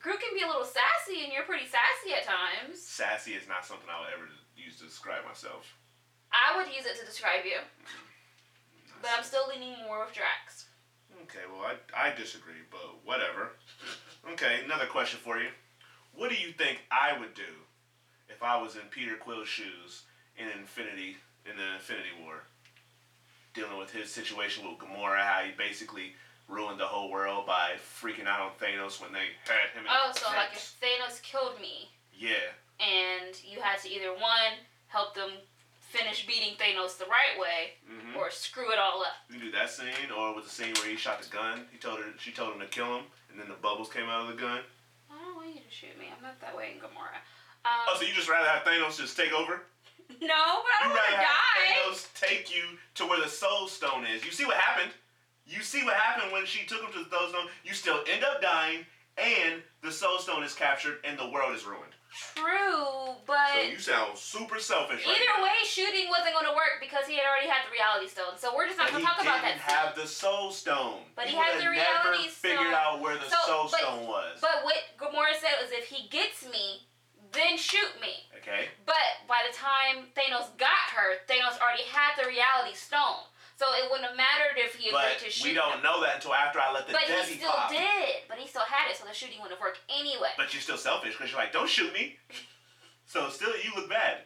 Groot can be a little sassy, and you're pretty sassy at times.
Sassy is not something I would ever use to describe myself.
I would use it to describe you, but I'm still leaning more with Drax.
Okay, well, I, I disagree, but whatever. Okay, another question for you. What do you think I would do if I was in Peter Quill's shoes in Infinity in the Infinity War? Dealing with his situation with Gamora, how he basically ruined the whole world by freaking out on Thanos when they had him in
Oh,
the
so like
fence.
if Thanos killed me,
Yeah.
and you had to either one help them finish beating Thanos the right way,
hmm
or screw it all up.
You can do that scene, or with the scene where he shot the gun. He told her, she told him to kill him, and then the bubbles came out of the gun.
I don't want you to shoot me. I'm not that way in Gamora. Um,
Oh, so you just rather have Thanos just take over?
no, but
You
I don't want
rather
to
have
die.
Thanos take you to where the Soul Stone is? You see what happened? You see what happened when she took him to the Soul Stone? You still end up dying, and the Soul Stone is captured, and the world is ruined. So
True, but
you sound super selfish right
either
now.
way, shooting wasn't going to work because he had already had the Reality Stone. So we're just not
And he
going to talk about
didn't
that.
have the Soul Stone.
But he
would
had
have
the
never
Reality Stone.
figured out where the
So,
Soul
but-
Stone was.
but what Gamora said was, if he gets me, then shoot me.
okay.
But by the time Thanos got her, Thanos already had the Reality Stone. So it wouldn't have mattered if he agreed
But
to shoot.
we don't
him.
know that until after I let the
But
Desi
he still
pop.
did. But he still had it, so the shooting wouldn't have worked anyway.
But you're still selfish because you're like, don't shoot me. So still, you look bad.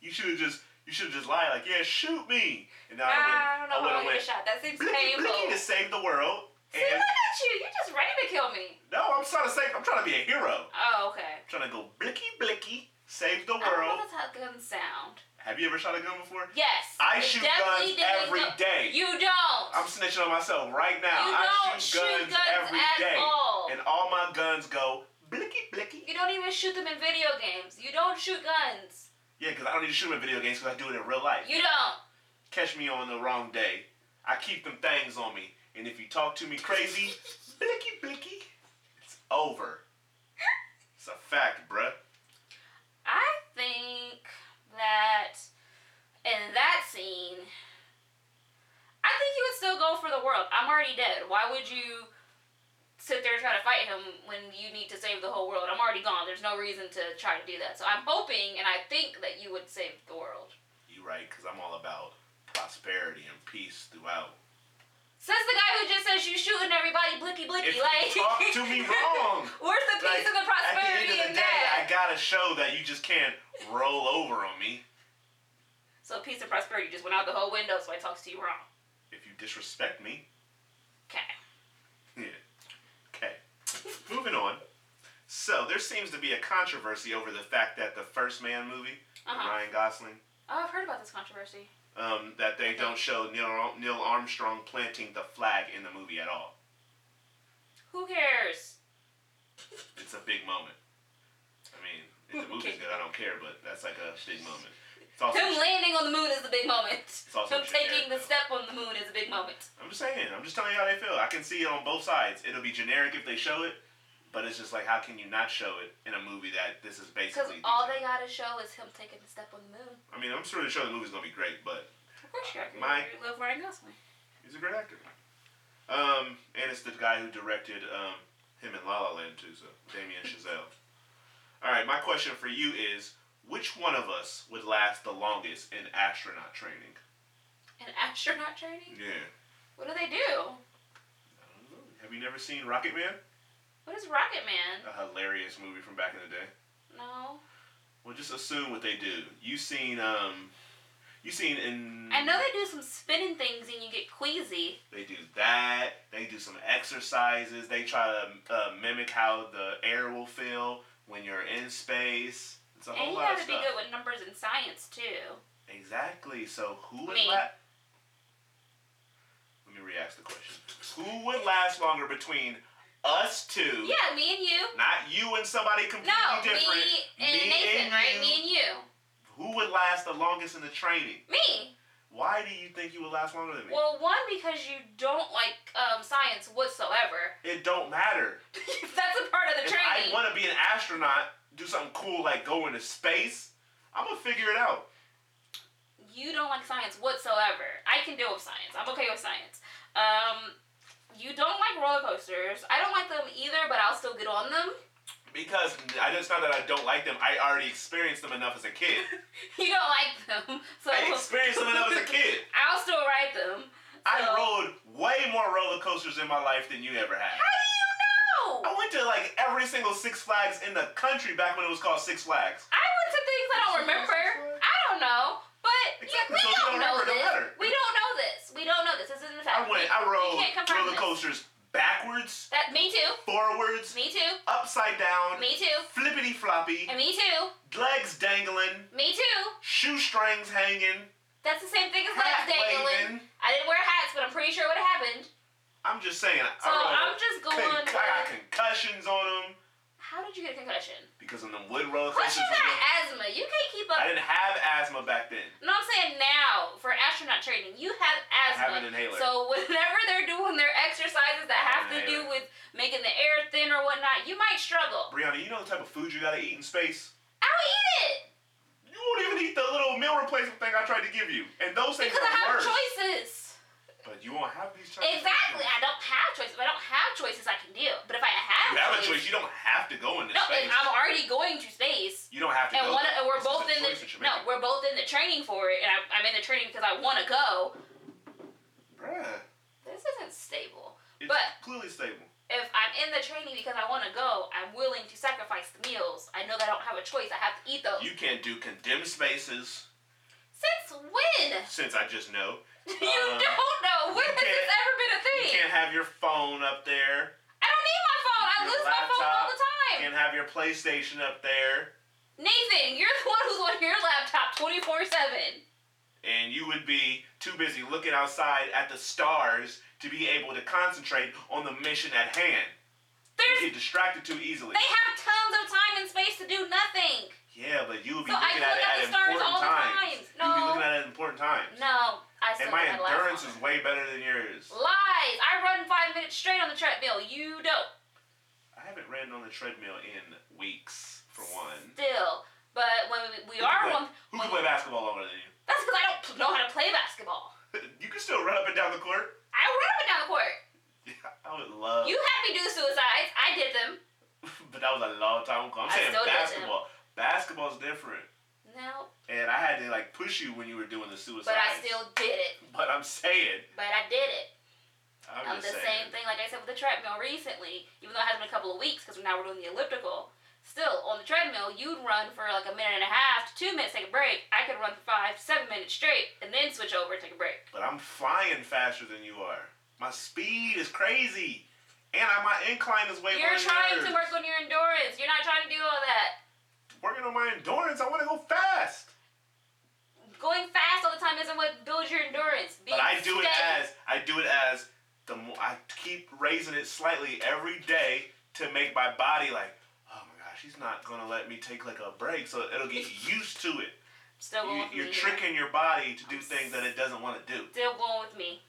You should have just you should have just lied like, yeah, shoot me. And now
I don't
I
know how
wouldn't. I
I'm gonna
would have
get shot. That seems
went blinky,
painful.
blinky to save the world.
See,
And
look at you. You're just ready to kill me.
no, I'm trying to save. I'm trying to be a hero.
Oh, okay.
I'm trying to go blinky blinky, save the
I don't know
world.
if that's how guns sound.
Have you ever shot a gun before?
Yes.
I
it
shoot guns
definitely didn't
every
go-
day.
You don't.
I'm snitching on myself right now.
you
I
don't
shoot guns, every day,
at all.
and all my guns go blinky blinky.
you don't even shoot them in video games. You don't shoot guns.
Yeah, because I don't need to shoot 'em in video games because I do it in real life.
You don't.
Catch me on the wrong day. I keep them things on me. And if you talk to me crazy, blicky blicky, it's over. It's a fact, bruh.
I think that in that scene, I think he would still go for the world. I'm already dead. Why would you sit there and try to fight him when you need to save the whole world? I'm already gone. There's no reason to try to do that. So I'm hoping and I think that you would save the world.
You right, because I'm all about prosperity and peace throughout.
Says the guy who just says you shooting everybody blicky
If
blicky.
you
like
talk to me wrong,
Where's the
like,
peace and the
At the
prosperity
end of the
in
day,
that?
I gotta show that you just can't roll over on me.
so peace and prosperity just went out the whole window. So I talks to you wrong.
If you disrespect me,
Okay.
Yeah. Okay. Moving on. So there seems to be a controversy over the fact that the first Man movie,
Uh huh.
Ryan Gosling,
Oh, I've heard about this controversy.
um, that they don't show Neil Ar- Neil Armstrong planting the flag in the movie at all.
Who cares?
It's a big moment. I mean, if the movie's good, I don't care, but that's like a big moment. It's also.
Him landing on the moon is a big moment.
It's also
Him taking
generic,
the
though.
step on the moon is a big moment.
I'm just saying. I'm just telling you how they feel. I can see it on both sides. It'll be generic if they show it, but it's just like, how can you not show it in a movie that this is
Because
basically?
all they gotta show is him taking the step on the moon.
I mean, I'm sure the show the movie's gonna be great, but
Of course you are.
My-
You love Ryan Gosling.
He's a great actor. Um, and it's the guy who directed um, him in La La Land too, so Damien Chazelle. All right, my question for you is: Which one of us would last the longest in astronaut training?
An astronaut training?
Yeah.
What do they do?
I don't know. Have you never seen Rocket Man?
What is Rocket Man?
A hilarious movie from back in the day.
No.
Well, just assume what they do. You seen um, you seen in
I know they do some spinning things and you get queasy.
They do that. They do some exercises. They try to uh, mimic how the air will feel when you're in space. It's a
and
whole
you
lot of
gotta be
stuff.
good with numbers and science too.
Exactly. So who would
Me.
last? Let me re-ask the question. Who would last longer between us two?
Yeah, me and you.
Not you and somebody completely
No, me
different.
and
Me
Nathan,
and
right?
you.
Me and you.
Who would last the longest in the training?
Me.
Why do you think you would last longer than me?
Well, one because you don't like um, science whatsoever.
it don't matter.
That's a part of the
If I
training.
want to be an astronaut, do something cool like go into space, I'm gonna figure it out.
you don't like science whatsoever. I can deal with science. I'm okay with science. Um, you don't like roller coasters. I don't like them either, but I'll still get on them.
Because I it's not that I don't like them. I already experienced them enough as a kid.
You don't like them, so
I experienced them enough as a kid.
I'll still ride them. So-
I rode way more roller coasters in my life than you ever have.
How do you
I
know?
went to like every single Six Flags in the country back when it was called Six Flags.
I went to things I don't remember. I don't know. But
Exactly, so if you
yeah, we don't,
don't
know
remember, it don't
this.
matter.
we don't know this. We don't know this. This isn't a
I
fact.
went. I
We- we
rode
can't confirm
roller
this.
coasters backwards,
That me too.
forwards,
Me too.
upside down,
Me too.
flippity floppy,
And me too.
legs dangling,
Me too.
shoestrings hanging.
That's the same thing as
Hat
legs dangling.
waving.
I didn't wear hats, but I'm pretty sure it would have happened.
I'm just saying.
So
I,
I'm just
wrote-
going.
con- I got concussions on them
How did you get a concussion?
because of them wood roller
Plus,
coasters.
you
were
got
real-
asthma. You can't keep
I
up.
didn't have asthma back then.
No, I'm saying now for astronaut training, you have asthma.
an inhaler.
So whenever they're doing their exercises that
I have an
have to do
inhaler.
with making the air thin or whatnot, you might struggle.
Brianna, you know the type of food you gotta eat in space.
I'll eat it
You won't even eat the little meal replacement thing I tried to give you, and those things
because I
are
have
worse.
choices.
But you won't have these choices.
Exactly. I don't have choices. If I don't have choices, I can deal. But if I have,
You have a choice. You don't have to go into
No,
space.
and I'm already going to space.
you don't have to
and
go.
one
there.
and we're
This is
both
a
in the
choice that you're
no, we're both in the training for it, and I, I'm in the training because I want to go.
making. Bruh,
This isn't stable.
it's
But-
completely stable.
If I'm in the training because I want to go, I'm willing to sacrifice the meals. I know that I don't have a choice. I have to eat those.
You can't do condemned spaces
Since when?
since I just know.
you
Um,
don't know when
you
has this
can't-
ever been a
You
thing.
can't have your phone up there.
I don't need my phone. I
Your
lose my phone all
laptop
the time.
Can't have your PlayStation up there.
Nathan, you're the one who's on your laptop 24 seven.
and you would be too busy looking outside at the stars to be able to concentrate on the mission at hand. You
There's
get distracted too easily.
they have tons of time and space to do nothing.
Yeah, but you would be
So I
looking
can
at
look
it
at
at
the stars
important
all the
times.
times.
You'd be
No.
looking at it at important times.
No, I still
and my
think I'd last
endurance
longer.
is way better than yours.
Lies! I run five minutes straight on the treadmill. You don't.
I haven't ran on the treadmill in weeks, for one.
Still. But when we, we are
Who can
one.
play- Who can play basketball longer than you?
That's because I don't p- know how to play basketball.
You can still run up and down the court.
I run up and down the court.
I would love.
You had me do suicides. I did them.
but that was a long time ago. I'm
I
saying
still did them.
basketball. Basketball's different.
No,
And I had to like push you when you were doing the suicide.
but I still did it.
But I'm saying.
But I did it.
I'm,
Um,
just
the
saying.
same thing, like I said, with the treadmill recently, even though it has been a couple of weeks because now we're doing the elliptical. Still, on the treadmill, you'd run for like a minute and a half to two minutes, take a break. I could run for five, seven minutes straight, and then switch over and take a break.
But I'm flying faster than you are. My speed is crazy. And I, my incline is way more
You're
than
trying
yours.
to work on your endurance. You're not trying to do all that.
Working on my endurance, I want to go fast.
Going fast all the time isn't what builds your endurance. Being
But I do it
steady.
as I do it as the more I keep raising it slightly every day to make my body like, oh my gosh, he's not gonna let me take like a break, so it'll get used to it.
Still going
You,
with me
you're
here.
tricking your body to do things that it doesn't want to do.
Still going with me.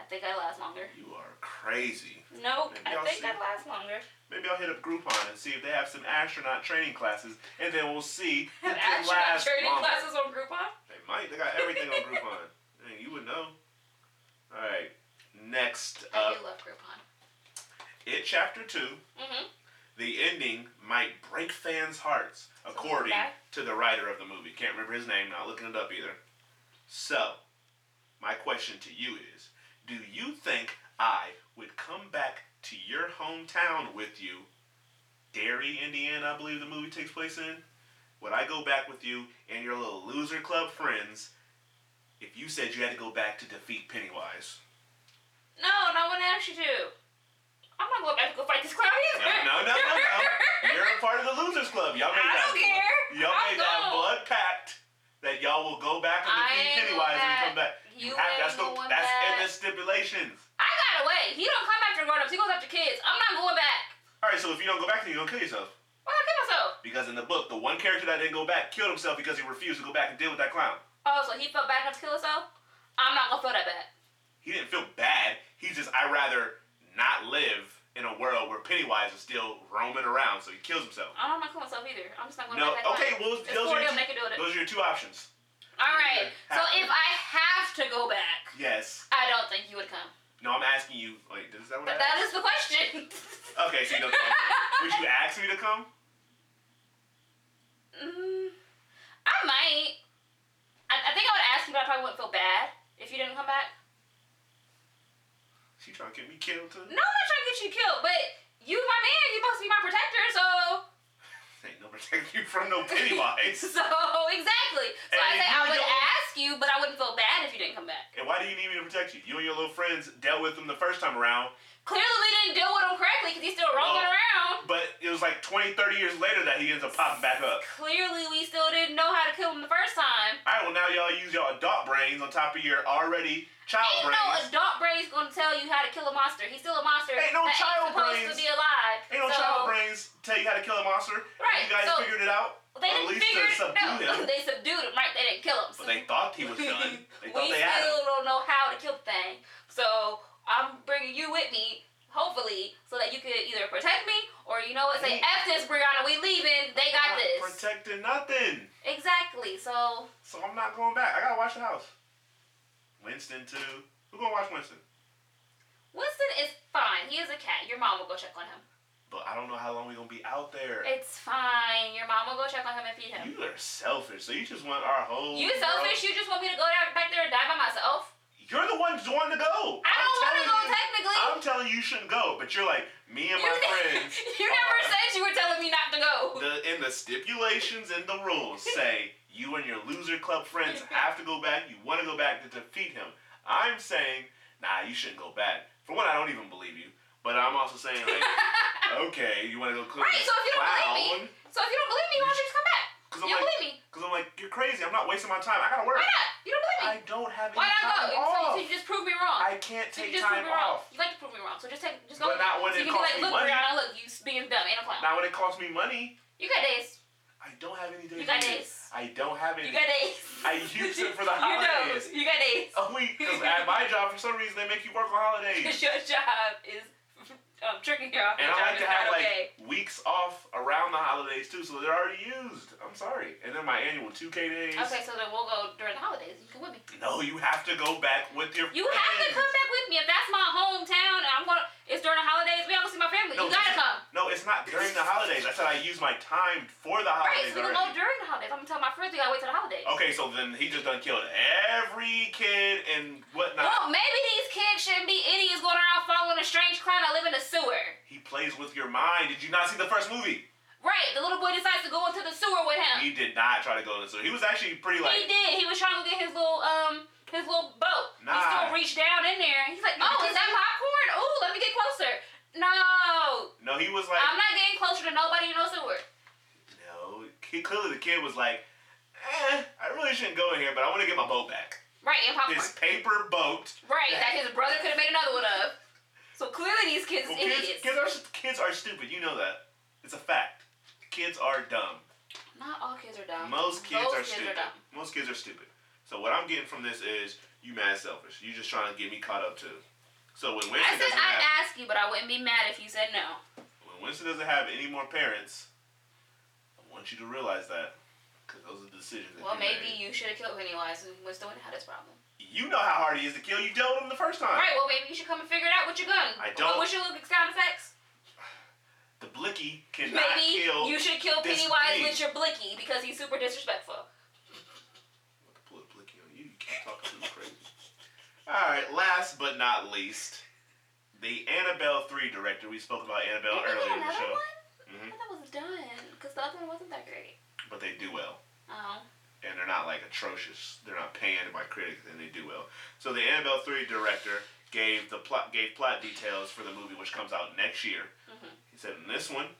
I think I last longer.
You are crazy.
Nope,
Maybe
I
I'll
think
see.
I last longer.
Maybe I'll hit up Groupon and see if they have some astronaut training classes, and then we'll see who
Have
can
astronaut
last
training
longer.
classes on Groupon?
They might. They got everything on Groupon. Man, you would know. All right. Next
I
up,
do love Groupon.
it chapter two.
Mm-hmm.
The ending might break fans' hearts, according
Okay.
to the writer of the movie. Can't remember his name, not looking it up either. So, my question to you is Do you think I would come back to your hometown with you, Derry, Indiana, I believe the movie takes place in? Would I go back with you and your little loser club friends if you said you had to go back to defeat Pennywise?
No, no one asked you to. I'm not going back to go fight this clown
No,
either.
no, no, no, no. You're a part of the losers club. Y'all made
I
that
don't care.
Y'all
I'll
made that
go.
blood pact that y'all will go back and
I
defeat
ain't
Pennywise
going
and come back.
You ain't
that's
going
that's
back.
in the stipulations.
I got away. He don't come after grown-ups. He goes after kids. I'm not going back.
All right, so if you don't go back, then you're gonna kill yourself.
Why not kill myself?
Because in the book, the one character that didn't go back killed himself because he refused to go back and deal with that clown.
Oh, so he felt bad enough to kill himself? I'm not gonna feel that bad.
He didn't feel bad. He just I rather not live in a world where Pennywise is still roaming around, so he kills himself.
I don't want to kill myself either. I'm just not going
No,
back.
okay,
Well,
well,
it's
those
four
are, your
of them. They can do
two,
it.
those are your two options.
All right.
Yeah.
So if I have to go back,
Yes.
I don't think you would come.
No, I'm asking you. Wait, is that what
But
I
that is the question.
asked? Okay, so you don't. Okay. Would you ask me to come?
Mm, I might. I, I think I would ask you, but I probably wouldn't feel bad if you didn't come back.
She trying to get me killed too?
No, I'm not trying to get you killed, but you my man. You're supposed to be my protector, so.
Ain't no protecting you from no Pennywise.
so exactly.
And
So I say
you
I would
don't-
ask you, but I wouldn't feel bad if you didn't come back.
and why do you need me to protect you? You and your little friends dealt with them the first time around,
Clearly, we didn't deal with him correctly because he's still roaming
Well-
around.
but it was like 20, 30 years later that he ends up popping back up.
Clearly, we still didn't know how to kill him the first time.
All right, well now y'all use y'all adult brains on top of your already child
Ain't no
brains.
adult brain's gonna tell you how to kill a monster. He's still a monster.
Ain't no
that
child
ain't supposed
brains.
to be alive.
Ain't no
so
child brains tell you how to kill a monster. You
Right,
guys
so-
figured it out.
They
At
didn't
least to
figure it
subdue
no,
him.
They subdued him, right? They didn't kill him.
But they thought he was done. They thought
we
they had him.
still don't know how to kill the thing. So I'm bringing you with me, hopefully, so that you could either protect me or you know what, say
We-
F this, Brianna, we leaving. They
Not
got this.
Protecting nothing.
exactly. So
So I'm not going back. I gotta watch the house. Winston too. Who gonna watch Winston?
Winston is fine. He is a cat. Your mom will go check on him.
But I don't know how long we gonna be out there.
It's fine. Your mom will go check on him and feed him.
You are selfish. So you just want our whole.
You
world-
selfish. You just want me to go down back there and die by myself.
You're the one wanting to go.
I don't want to
telling
go
you-
technically.
I'm telling you, you shouldn't go. But you're like me and
you,
my friends.
you never
are-
said you were telling me not to go.
The, in the stipulations and the rules say you and your loser club friends have to go back. You want to go back to defeat him. I'm saying, nah, you shouldn't go back. For one, I don't even believe you. But I'm also saying, like, okay, you want to go clear
Right,
this
so if you don't believe me-
clown?
So if you don't believe me, why don't you just come back?
Because I'm
You don't
like,
believe me?
because I'm like, you're crazy. I'm not wasting my time. I gotta work.
Why not? You don't believe me?
I don't have any
Why not
time
go?
off.
So, so you just prove me wrong.
I can't
so you
take
just prove
time
me wrong.
off.
You like to prove me wrong, so just take, just go.
But not when
so
it
you can be
costs
like,
me
look,
money.
Brianna, look, you being dumb and a clown.
Now when it costs me money,
You got days.
I don't have any days.
You got
off.
days.
I don't have any.
You got days.
I use it for the holidays.
You know, you got days.
a week. Because at my job, for some reason, they make you work on holidays.
Because your job is um, tricking you off.
And
your
I
job
like
is
to
not
have like
okay.
weeks off around the holidays too, so they're already used. I'm sorry. And then my annual 2K days.
Okay, so then we'll go during the holidays. You can with me.
No, you have to go back with your.
You have to come
friends.
back with me if that's my hometown and I'm gonna. It's during the holidays. We all go see my family.
No,
you gotta
this-
come.
No, it's not during the holidays. I said I use my time for the
Right,
holidays
so we can go
already.
during the holidays. I'm gonna tell my friends we gotta wait till the holidays.
Okay, so then he just done killed every kid and whatnot.
Well, maybe these kids shouldn't be idiots going around following a strange clown that live in a sewer.
He plays with your mind. Did you not see the first movie?
Right, the little boy decides to go into the sewer with him.
He did not try to go in the sewer. He was actually pretty like.
he did. He was trying to get his little um his little boat. He
Nah.
still reached down in there. He's like, oh, is that popcorn? Ooh, let me get closer. No,
No, he was like.
I'm not getting closer to nobody in no sewer.
No, he, clearly the kid was like, eh, I really shouldn't go in here, but I want to get my boat back.
Right, and popcorn.
His paper boat.
Right, that his brother could have made another one of. So clearly these kids
Well,
is
kids,
idiots.
kids, are, kids are stupid. You know that. It's a fact. Kids are dumb.
Not all kids are dumb.
Most kids
Um, Most
are
kids
stupid.
are dumb.
Most kids are stupid. So what I'm getting from this is you mad selfish. You just trying to get me caught up too. So when Winston
I said
doesn't have,
I'd ask you, but I wouldn't be mad if you said no.
when Winston doesn't have any more parents, I want you to realize that because those are the decisions. That
Well,
you made.
maybe you should have killed Pennywise and Winston wouldn't have this problem.
you know how hard he is to kill. You dealt with him the first time.
Right, well, maybe you should come and figure it out with your gun.
I don't-
What's your little sound effects?
The Blicky cannot
Maybe
kill.
you should kill
this
Pennywise
pig.
with your blicky because he's super disrespectful.
About to pull a Blicky on you. You keep talking too crazy. All right. Last but not least, the Annabelle three director. We spoke about Annabelle
Maybe
earlier in the
another
show,
one? I
Mhm.
thought that was done because the other one wasn't that great.
but they do well.
Oh.
and they're not like atrocious. They're not panned by critics, and they do well. So the Annabelle three director gave the plot gave plot details for the movie, which comes out next year.
Mhm.
He said in this one,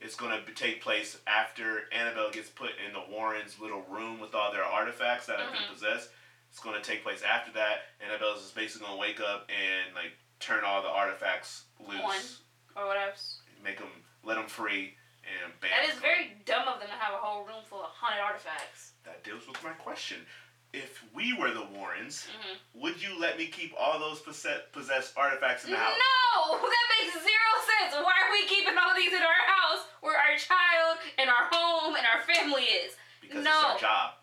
it's going to take place after Annabelle gets put in the Warrens' little room with all their artifacts that have been
Mhm.
possessed. It's going to take place after that. Annabelle's just basically going to wake up and like turn all the artifacts loose,
On. Or whatever.
make them let them free, and bam.
That
it's
is
gone.
very dumb of them to have a whole room full of haunted artifacts.
That deals with my question. If we were the Warrens,
Mhm.
would you let me keep all those possess- possessed artifacts in the house?
No, that makes zero sense. Why are we keeping all these in our house where our child and our home and our family is?
Because
No.
it's our job.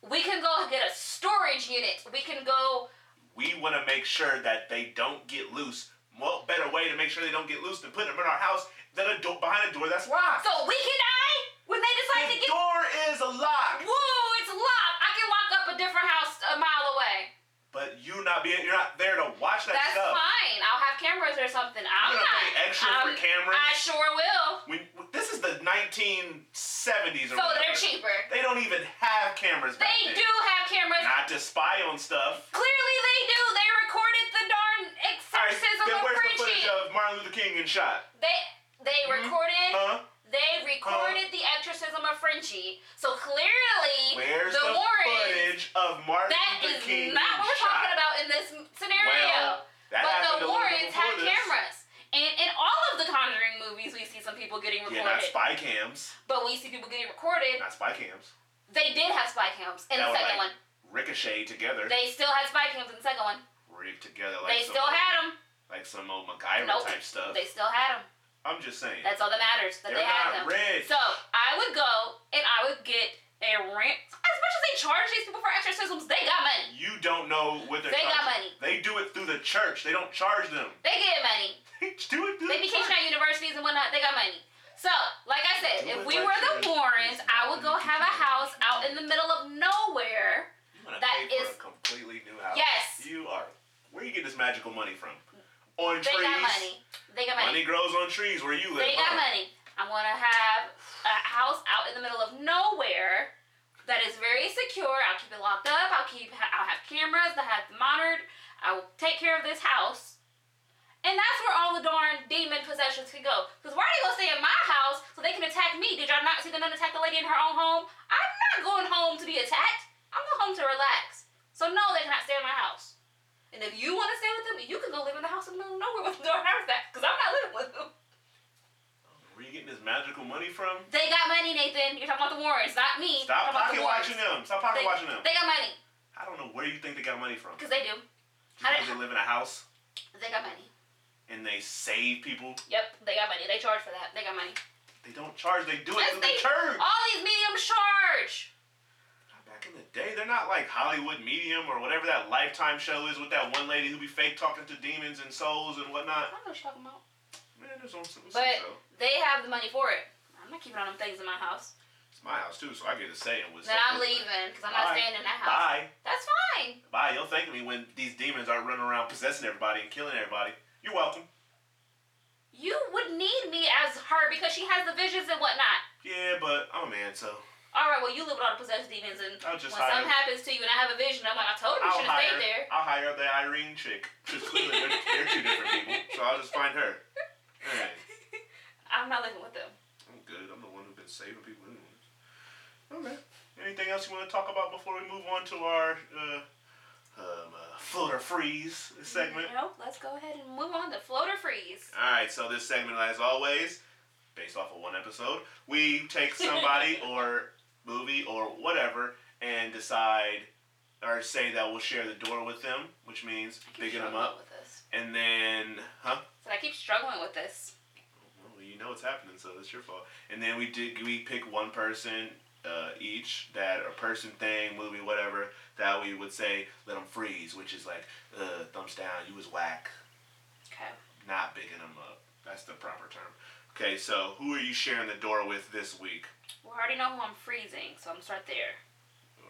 We can go get a storage unit. We can go.
We want to make sure that they don't get loose. What better way to make sure they don't get loose than putting them in our house than a door behind a door that's locked?
So we can die when they decide to
the
get.
door is a lock,
Whoa, it's locked. I can walk up a different house a mile away.
but you not being you're not there to watch that
That's
stuff.
fine. I'll have cameras or something. I'm
You're gonna
not.
pay extra
I'm-
for cameras.
I sure will.
when, this is the 1970s or
So they're
whatever.
cheaper.
They don't even have cameras. back
They
then.
do have cameras.
Not to spy on stuff.
Clearly they do. They recorded the darn
Alright,
exorcism
then
of
where's the footage
Frenchie.
of Martin Luther King and shot?
They they
Mhm.
recorded
Huh?
they recorded
uh.
the exorcism of Frenchie. So clearly
Where's the,
the, Warrens
footage of Martin
that
Luther
is
King
not what
being
we're
shot?
talking about in this scenario.
Well, that
but
happened a
the
little bit
Warrens had
before this.
cameras. And in all of the Conjuring movies, we see some people getting
Yeah, not
recorded.
spy cams.
but we see people getting recorded.
Not spy cams.
They did have spy cams in
That
the
was
second
like-
one.
Ricochet together.
They still had spy cams in the second one.
rigged together like
they
some
still
old,
had them.
like some old MacGyver
Nope.
type stuff.
They still had them.
I'm just saying.
That's all that matters. That
They're
they had
not
them.
rich.
So I would go and I would get a rent. As much as they charge these people for exorcisms, they got money.
you don't know what they're
They got
charging.
money.
They do it through the church. They don't charge them.
They get money.
They do it through
They
the
vacation
church.
at universities and whatnot. They got money. So, like I said, if we were the Warrens, I would go have a house out in the middle of nowhere.
You wanna
that
pay
is-
for a completely new house.
Yes.
You are. Where you get this magical money from? On
They
trees.
got money. They got money.
Money grows on trees where you live.
They got
huh?
money. I want to have a house out in the middle of nowhere that is very secure. I'll keep it locked up. I'll keep. I'll have cameras that have monitored. I will take care of this house, And that's where all the darn demon possessions can go. Because why are they going to stay in my house so they can attack me? Did y'all not see the nun attack the lady in her own home? I'm not going home to be attacked. I'm going home to relax. So no, they cannot stay in my house. And if you want to stay with them, you can go live in the house in the middle of nowhere with the darn artifact. Because I'm not living with them.
Where you getting this magical money from?
They got money, Nathan. You're talking about the Warrens, not
Stop
me. You're talking about
pocket
the Warrens.
watching them. Stop pocket
They-
watching them.
They got money.
I don't know where you think they got money from.
Because they do.
Just
I-
because they live in a house
They got money.
and they save people.
Yep, they got money. They charge for that. They got money.
They don't charge. They do it
Yes,
through
they-
the church.
All these mediums charge.
Back in the day, they're not like Hollywood Medium or whatever that Lifetime show is with that one lady who be fake talking to demons and souls and
I
whatnot.
don't know what you're talking about.
Man, there's on some, some
But-
show.
They have the money for it. I'm not keeping all them things in my house.
It's my house too, so I get to say it was.
Then I'm leaving because I'm not
Bye.
staying in that house.
Bye.
That's fine.
Bye. You'll thank me when these demons are running around possessing everybody and killing everybody. You're welcome.
You would need me as her because she has the visions and whatnot.
Yeah, but I'm a man, so
All right, well, you live with all the possessed demons, and
I'll just
when
hire-
something happens to you and I have a vision, I'm like, I told you you
I'll
should have
hire.
stayed there.
I'll hire the Irene chick. Because clearly they're, they're two different people, so I'll just find her. All right.
I'm not living with them.
I'm good. I'm the one who's been saving people anyways. Okay. Anything else you want to talk about before we move on to our uh, um, uh, floater freeze segment?
Nope, let's go ahead and move on to floater freeze.
All right. So this segment, as always, based off of one episode, we take somebody or movie or whatever and decide or say that we'll share the door with them, which means
I keep
bigging them
struggling
up,
With this.
and then huh?
So I keep struggling with this.
Well, you know what's happening, so that's your fault. And then we did we pick one person uh, each that or person thing movie whatever that we would say let them freeze, which is like uh, thumbs down, you was whack,
Okay.
not bigging them up. That's the proper term. Okay, so who are you sharing the door with this week?
Well, I already know who I'm freezing, so I'm gonna start there.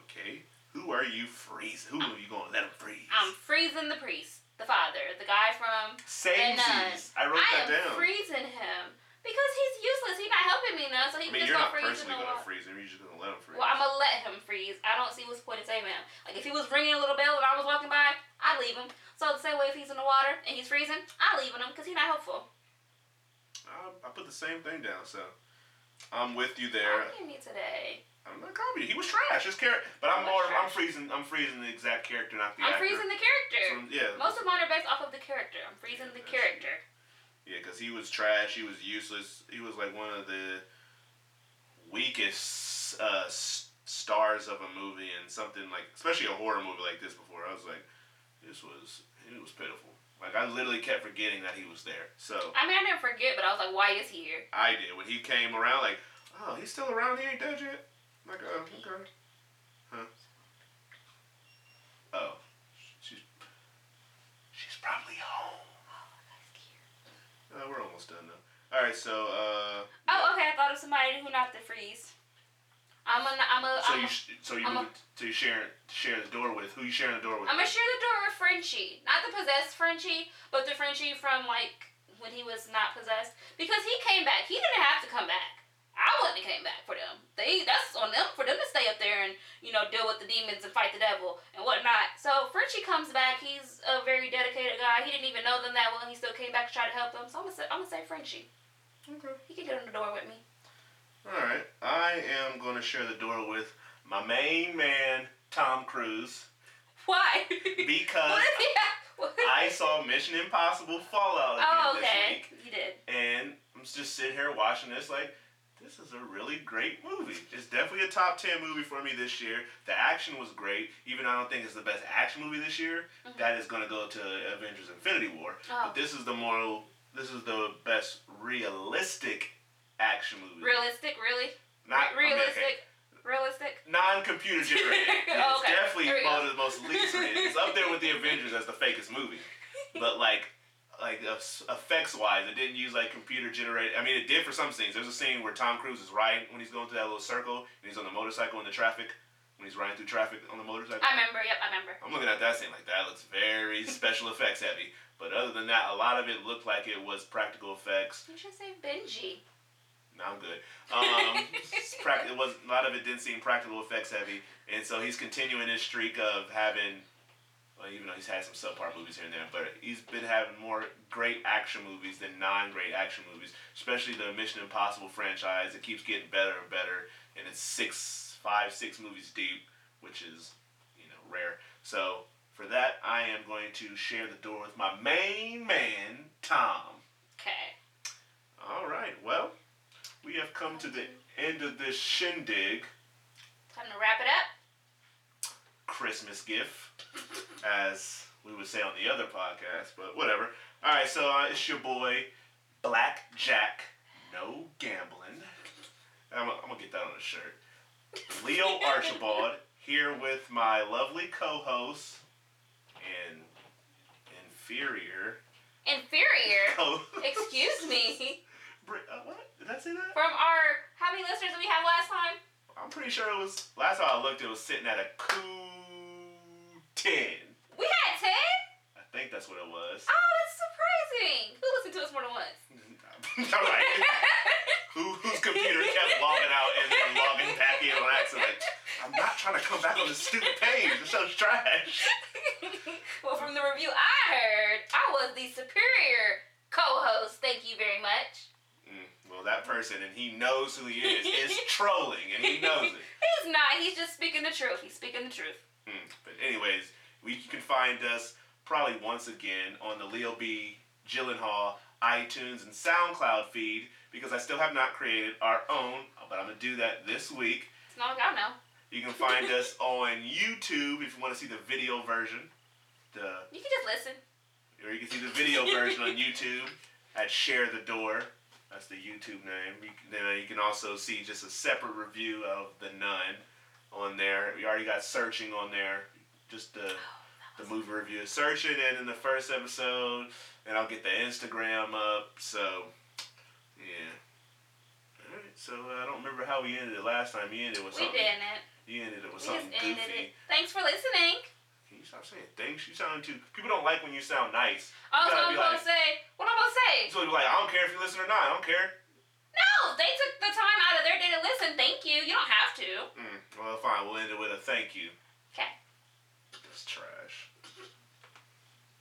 Okay, who are you freeze? Who are you gonna let them freeze?
I'm freezing the priest, the father, the guy from.
Samesies. I wrote
uh, I
that
am
down.
freezing him because he's useless. He's not helping me now, so
I
he can
mean,
just
you're
go
not
freeze in
personally
the
gonna
water.
freeze them. You're just gonna let them freeze.
Well, I'm gonna let him freeze. I don't see what's the point of saving him. Like if he was ringing a little bell and I was walking by, I'd leave him. So the same way if he's in the water and he's freezing, I'm leaving him because he's not helpful.
I, I put the same thing down, so I'm with you there.
How do you need today?
I'm not copying. He was trash. His character, but I'm
He was
more. I'm
trash.
freezing. I'm freezing the exact character, not the
I'm
actor.
freezing the character.
So, yeah.
Most of mine are based off of the character. I'm freezing
Yeah,
the
that's-
character.
yeah, because he was trash. He was useless. He was like one of the weakest uh, s- stars of a movie, and something like, especially a horror movie like this. Before I was like, this was it was pitiful. Like I literally kept forgetting that he was there. So
I mean, I didn't forget, but I was like, why is he here?
I did when he came around. Like, oh, he's still around. He ain't dead yet. I'm like, oh, okay. Huh? Oh, she's she's probably home. Uh, we're almost done though. All right, so uh.
Oh, okay. I thought of somebody who knocked the freeze. I'm a, I'm a,
So
oh, I'm
you
a,
sh- so you
I'm a-
would- so you share share the door with who you sharing the door with?
I'm gonna share the door with Frenchie. Not the possessed Frenchie, but the Frenchie from like when he was not possessed. Because he came back. He didn't have to come back. I wouldn't have came back for them. They that's on them for them to stay up there and, you know, deal with the demons and fight the devil and whatnot. So Frenchie comes back, he's a very dedicated guy. He didn't even know them that well and he still came back to try to help them. So I'm gonna say I'm gonna say Frenchie.
Okay.
He can get on the door with me.
All right, I am gonna share the door with my main man Tom Cruise
Why?
because
What? Yeah. What?
I saw Mission Impossible Fallout again
Oh,
this
okay.
week,
You did.
and I'm just sitting here watching this like. This is a really great movie. It's definitely a top 10 movie for me this year. The action was great, even though I don't think it's the best action movie this year.
Mhm.
That is going to go to Avengers Infinity War.
Oh.
But this is the moral. This is the best realistic action movie.
Realistic, really?
Not
Re- realistic. Realistic.
Non-computer generated. It's
Okay,
definitely
there we
one of
go.
the most least rated. It's up there with the Avengers as the fakest movie. But like, like effects wise, it didn't use like computer generated. I mean, it did for some scenes. There's a scene where Tom Cruise is riding when he's going through that little circle and he's on the motorcycle in the traffic when he's riding through traffic on the motorcycle.
I remember. Yep, I remember.
I'm looking at that scene like that looks very special effects heavy. But other than that, a lot of it looked like it was practical effects.
You should say Benji.
No, I'm good. Um, it's prac- it was a lot of it didn't seem practical effects heavy, and so he's continuing his streak of having well, even though he's had some subpar movies here and there, but he's been having more great action movies than non-great action movies, especially the Mission Impossible franchise. It keeps getting better and better, and it's six, five, six movies deep, which is, you know, rare. So for that, I am going to share the door with my main man, Tom.
Okay.
All right, well, we have come to the end of this shindig
Time to wrap it up.
Christmas gift, as we would say on the other podcast, but whatever. All right, so uh, it's your boy, Black Jack, no gambling. I'm, I'm gonna get that on a shirt. Leo Archibald here with my lovely co-host and inferior
Inferior.
co.
Excuse me.
Bri- uh, what did I say that?
From our how many listeners did we have last time?
I'm pretty sure it was last time I looked. It was sitting at a cool ten.
We had ten.
I think that's what it was.
Oh, that's surprising. Who listened to us more than once?
All right. Who, whose computer kept logging out and then logging back in on accident? I'm not trying to come back on this stupid page. It sounds trash.
well, from the review I heard, I was the superior co-host. Thank you very much.
Mm, well, that person, and he knows who he is, is trolling, and he knows it.
He's not. He's just speaking the truth. He's speaking the truth.
Mm, But anyways, we you can find us probably once again on the Leo B. Gyllenhaal iTunes and SoundCloud feed because I still have not created our own, but I'm gonna do that this week.
It's not like I know.
You can find us on YouTube if you want to see the video version, the
You can just listen.
or you can see the video version on YouTube at Share the Door. That's the YouTube name. You can, then you can also see just a separate review of the Nun on there. We already got searching on there. Just
Oh,
the the movie review. Search it and in the first episode, and I'll get the Instagram up. So, yeah. All right. So I don't remember how we ended it last time. You ended it with
We
something.
didn't. it.
You ended it with
We
something
just ended
goofy.
it. Thanks for listening.
Can you stop saying things? You sound too. People don't like when you sound nice.
Oh, so
Gotta
I'm
be
supposed
like-
to say what am I supposed to say?
So they be like, I don't care if you listen or not. I don't care.
No, they took the time out of their day to listen. Thank you. You don't have to.
Mm, well, fine. We'll end it with a thank you.
'Kay.
That's trash.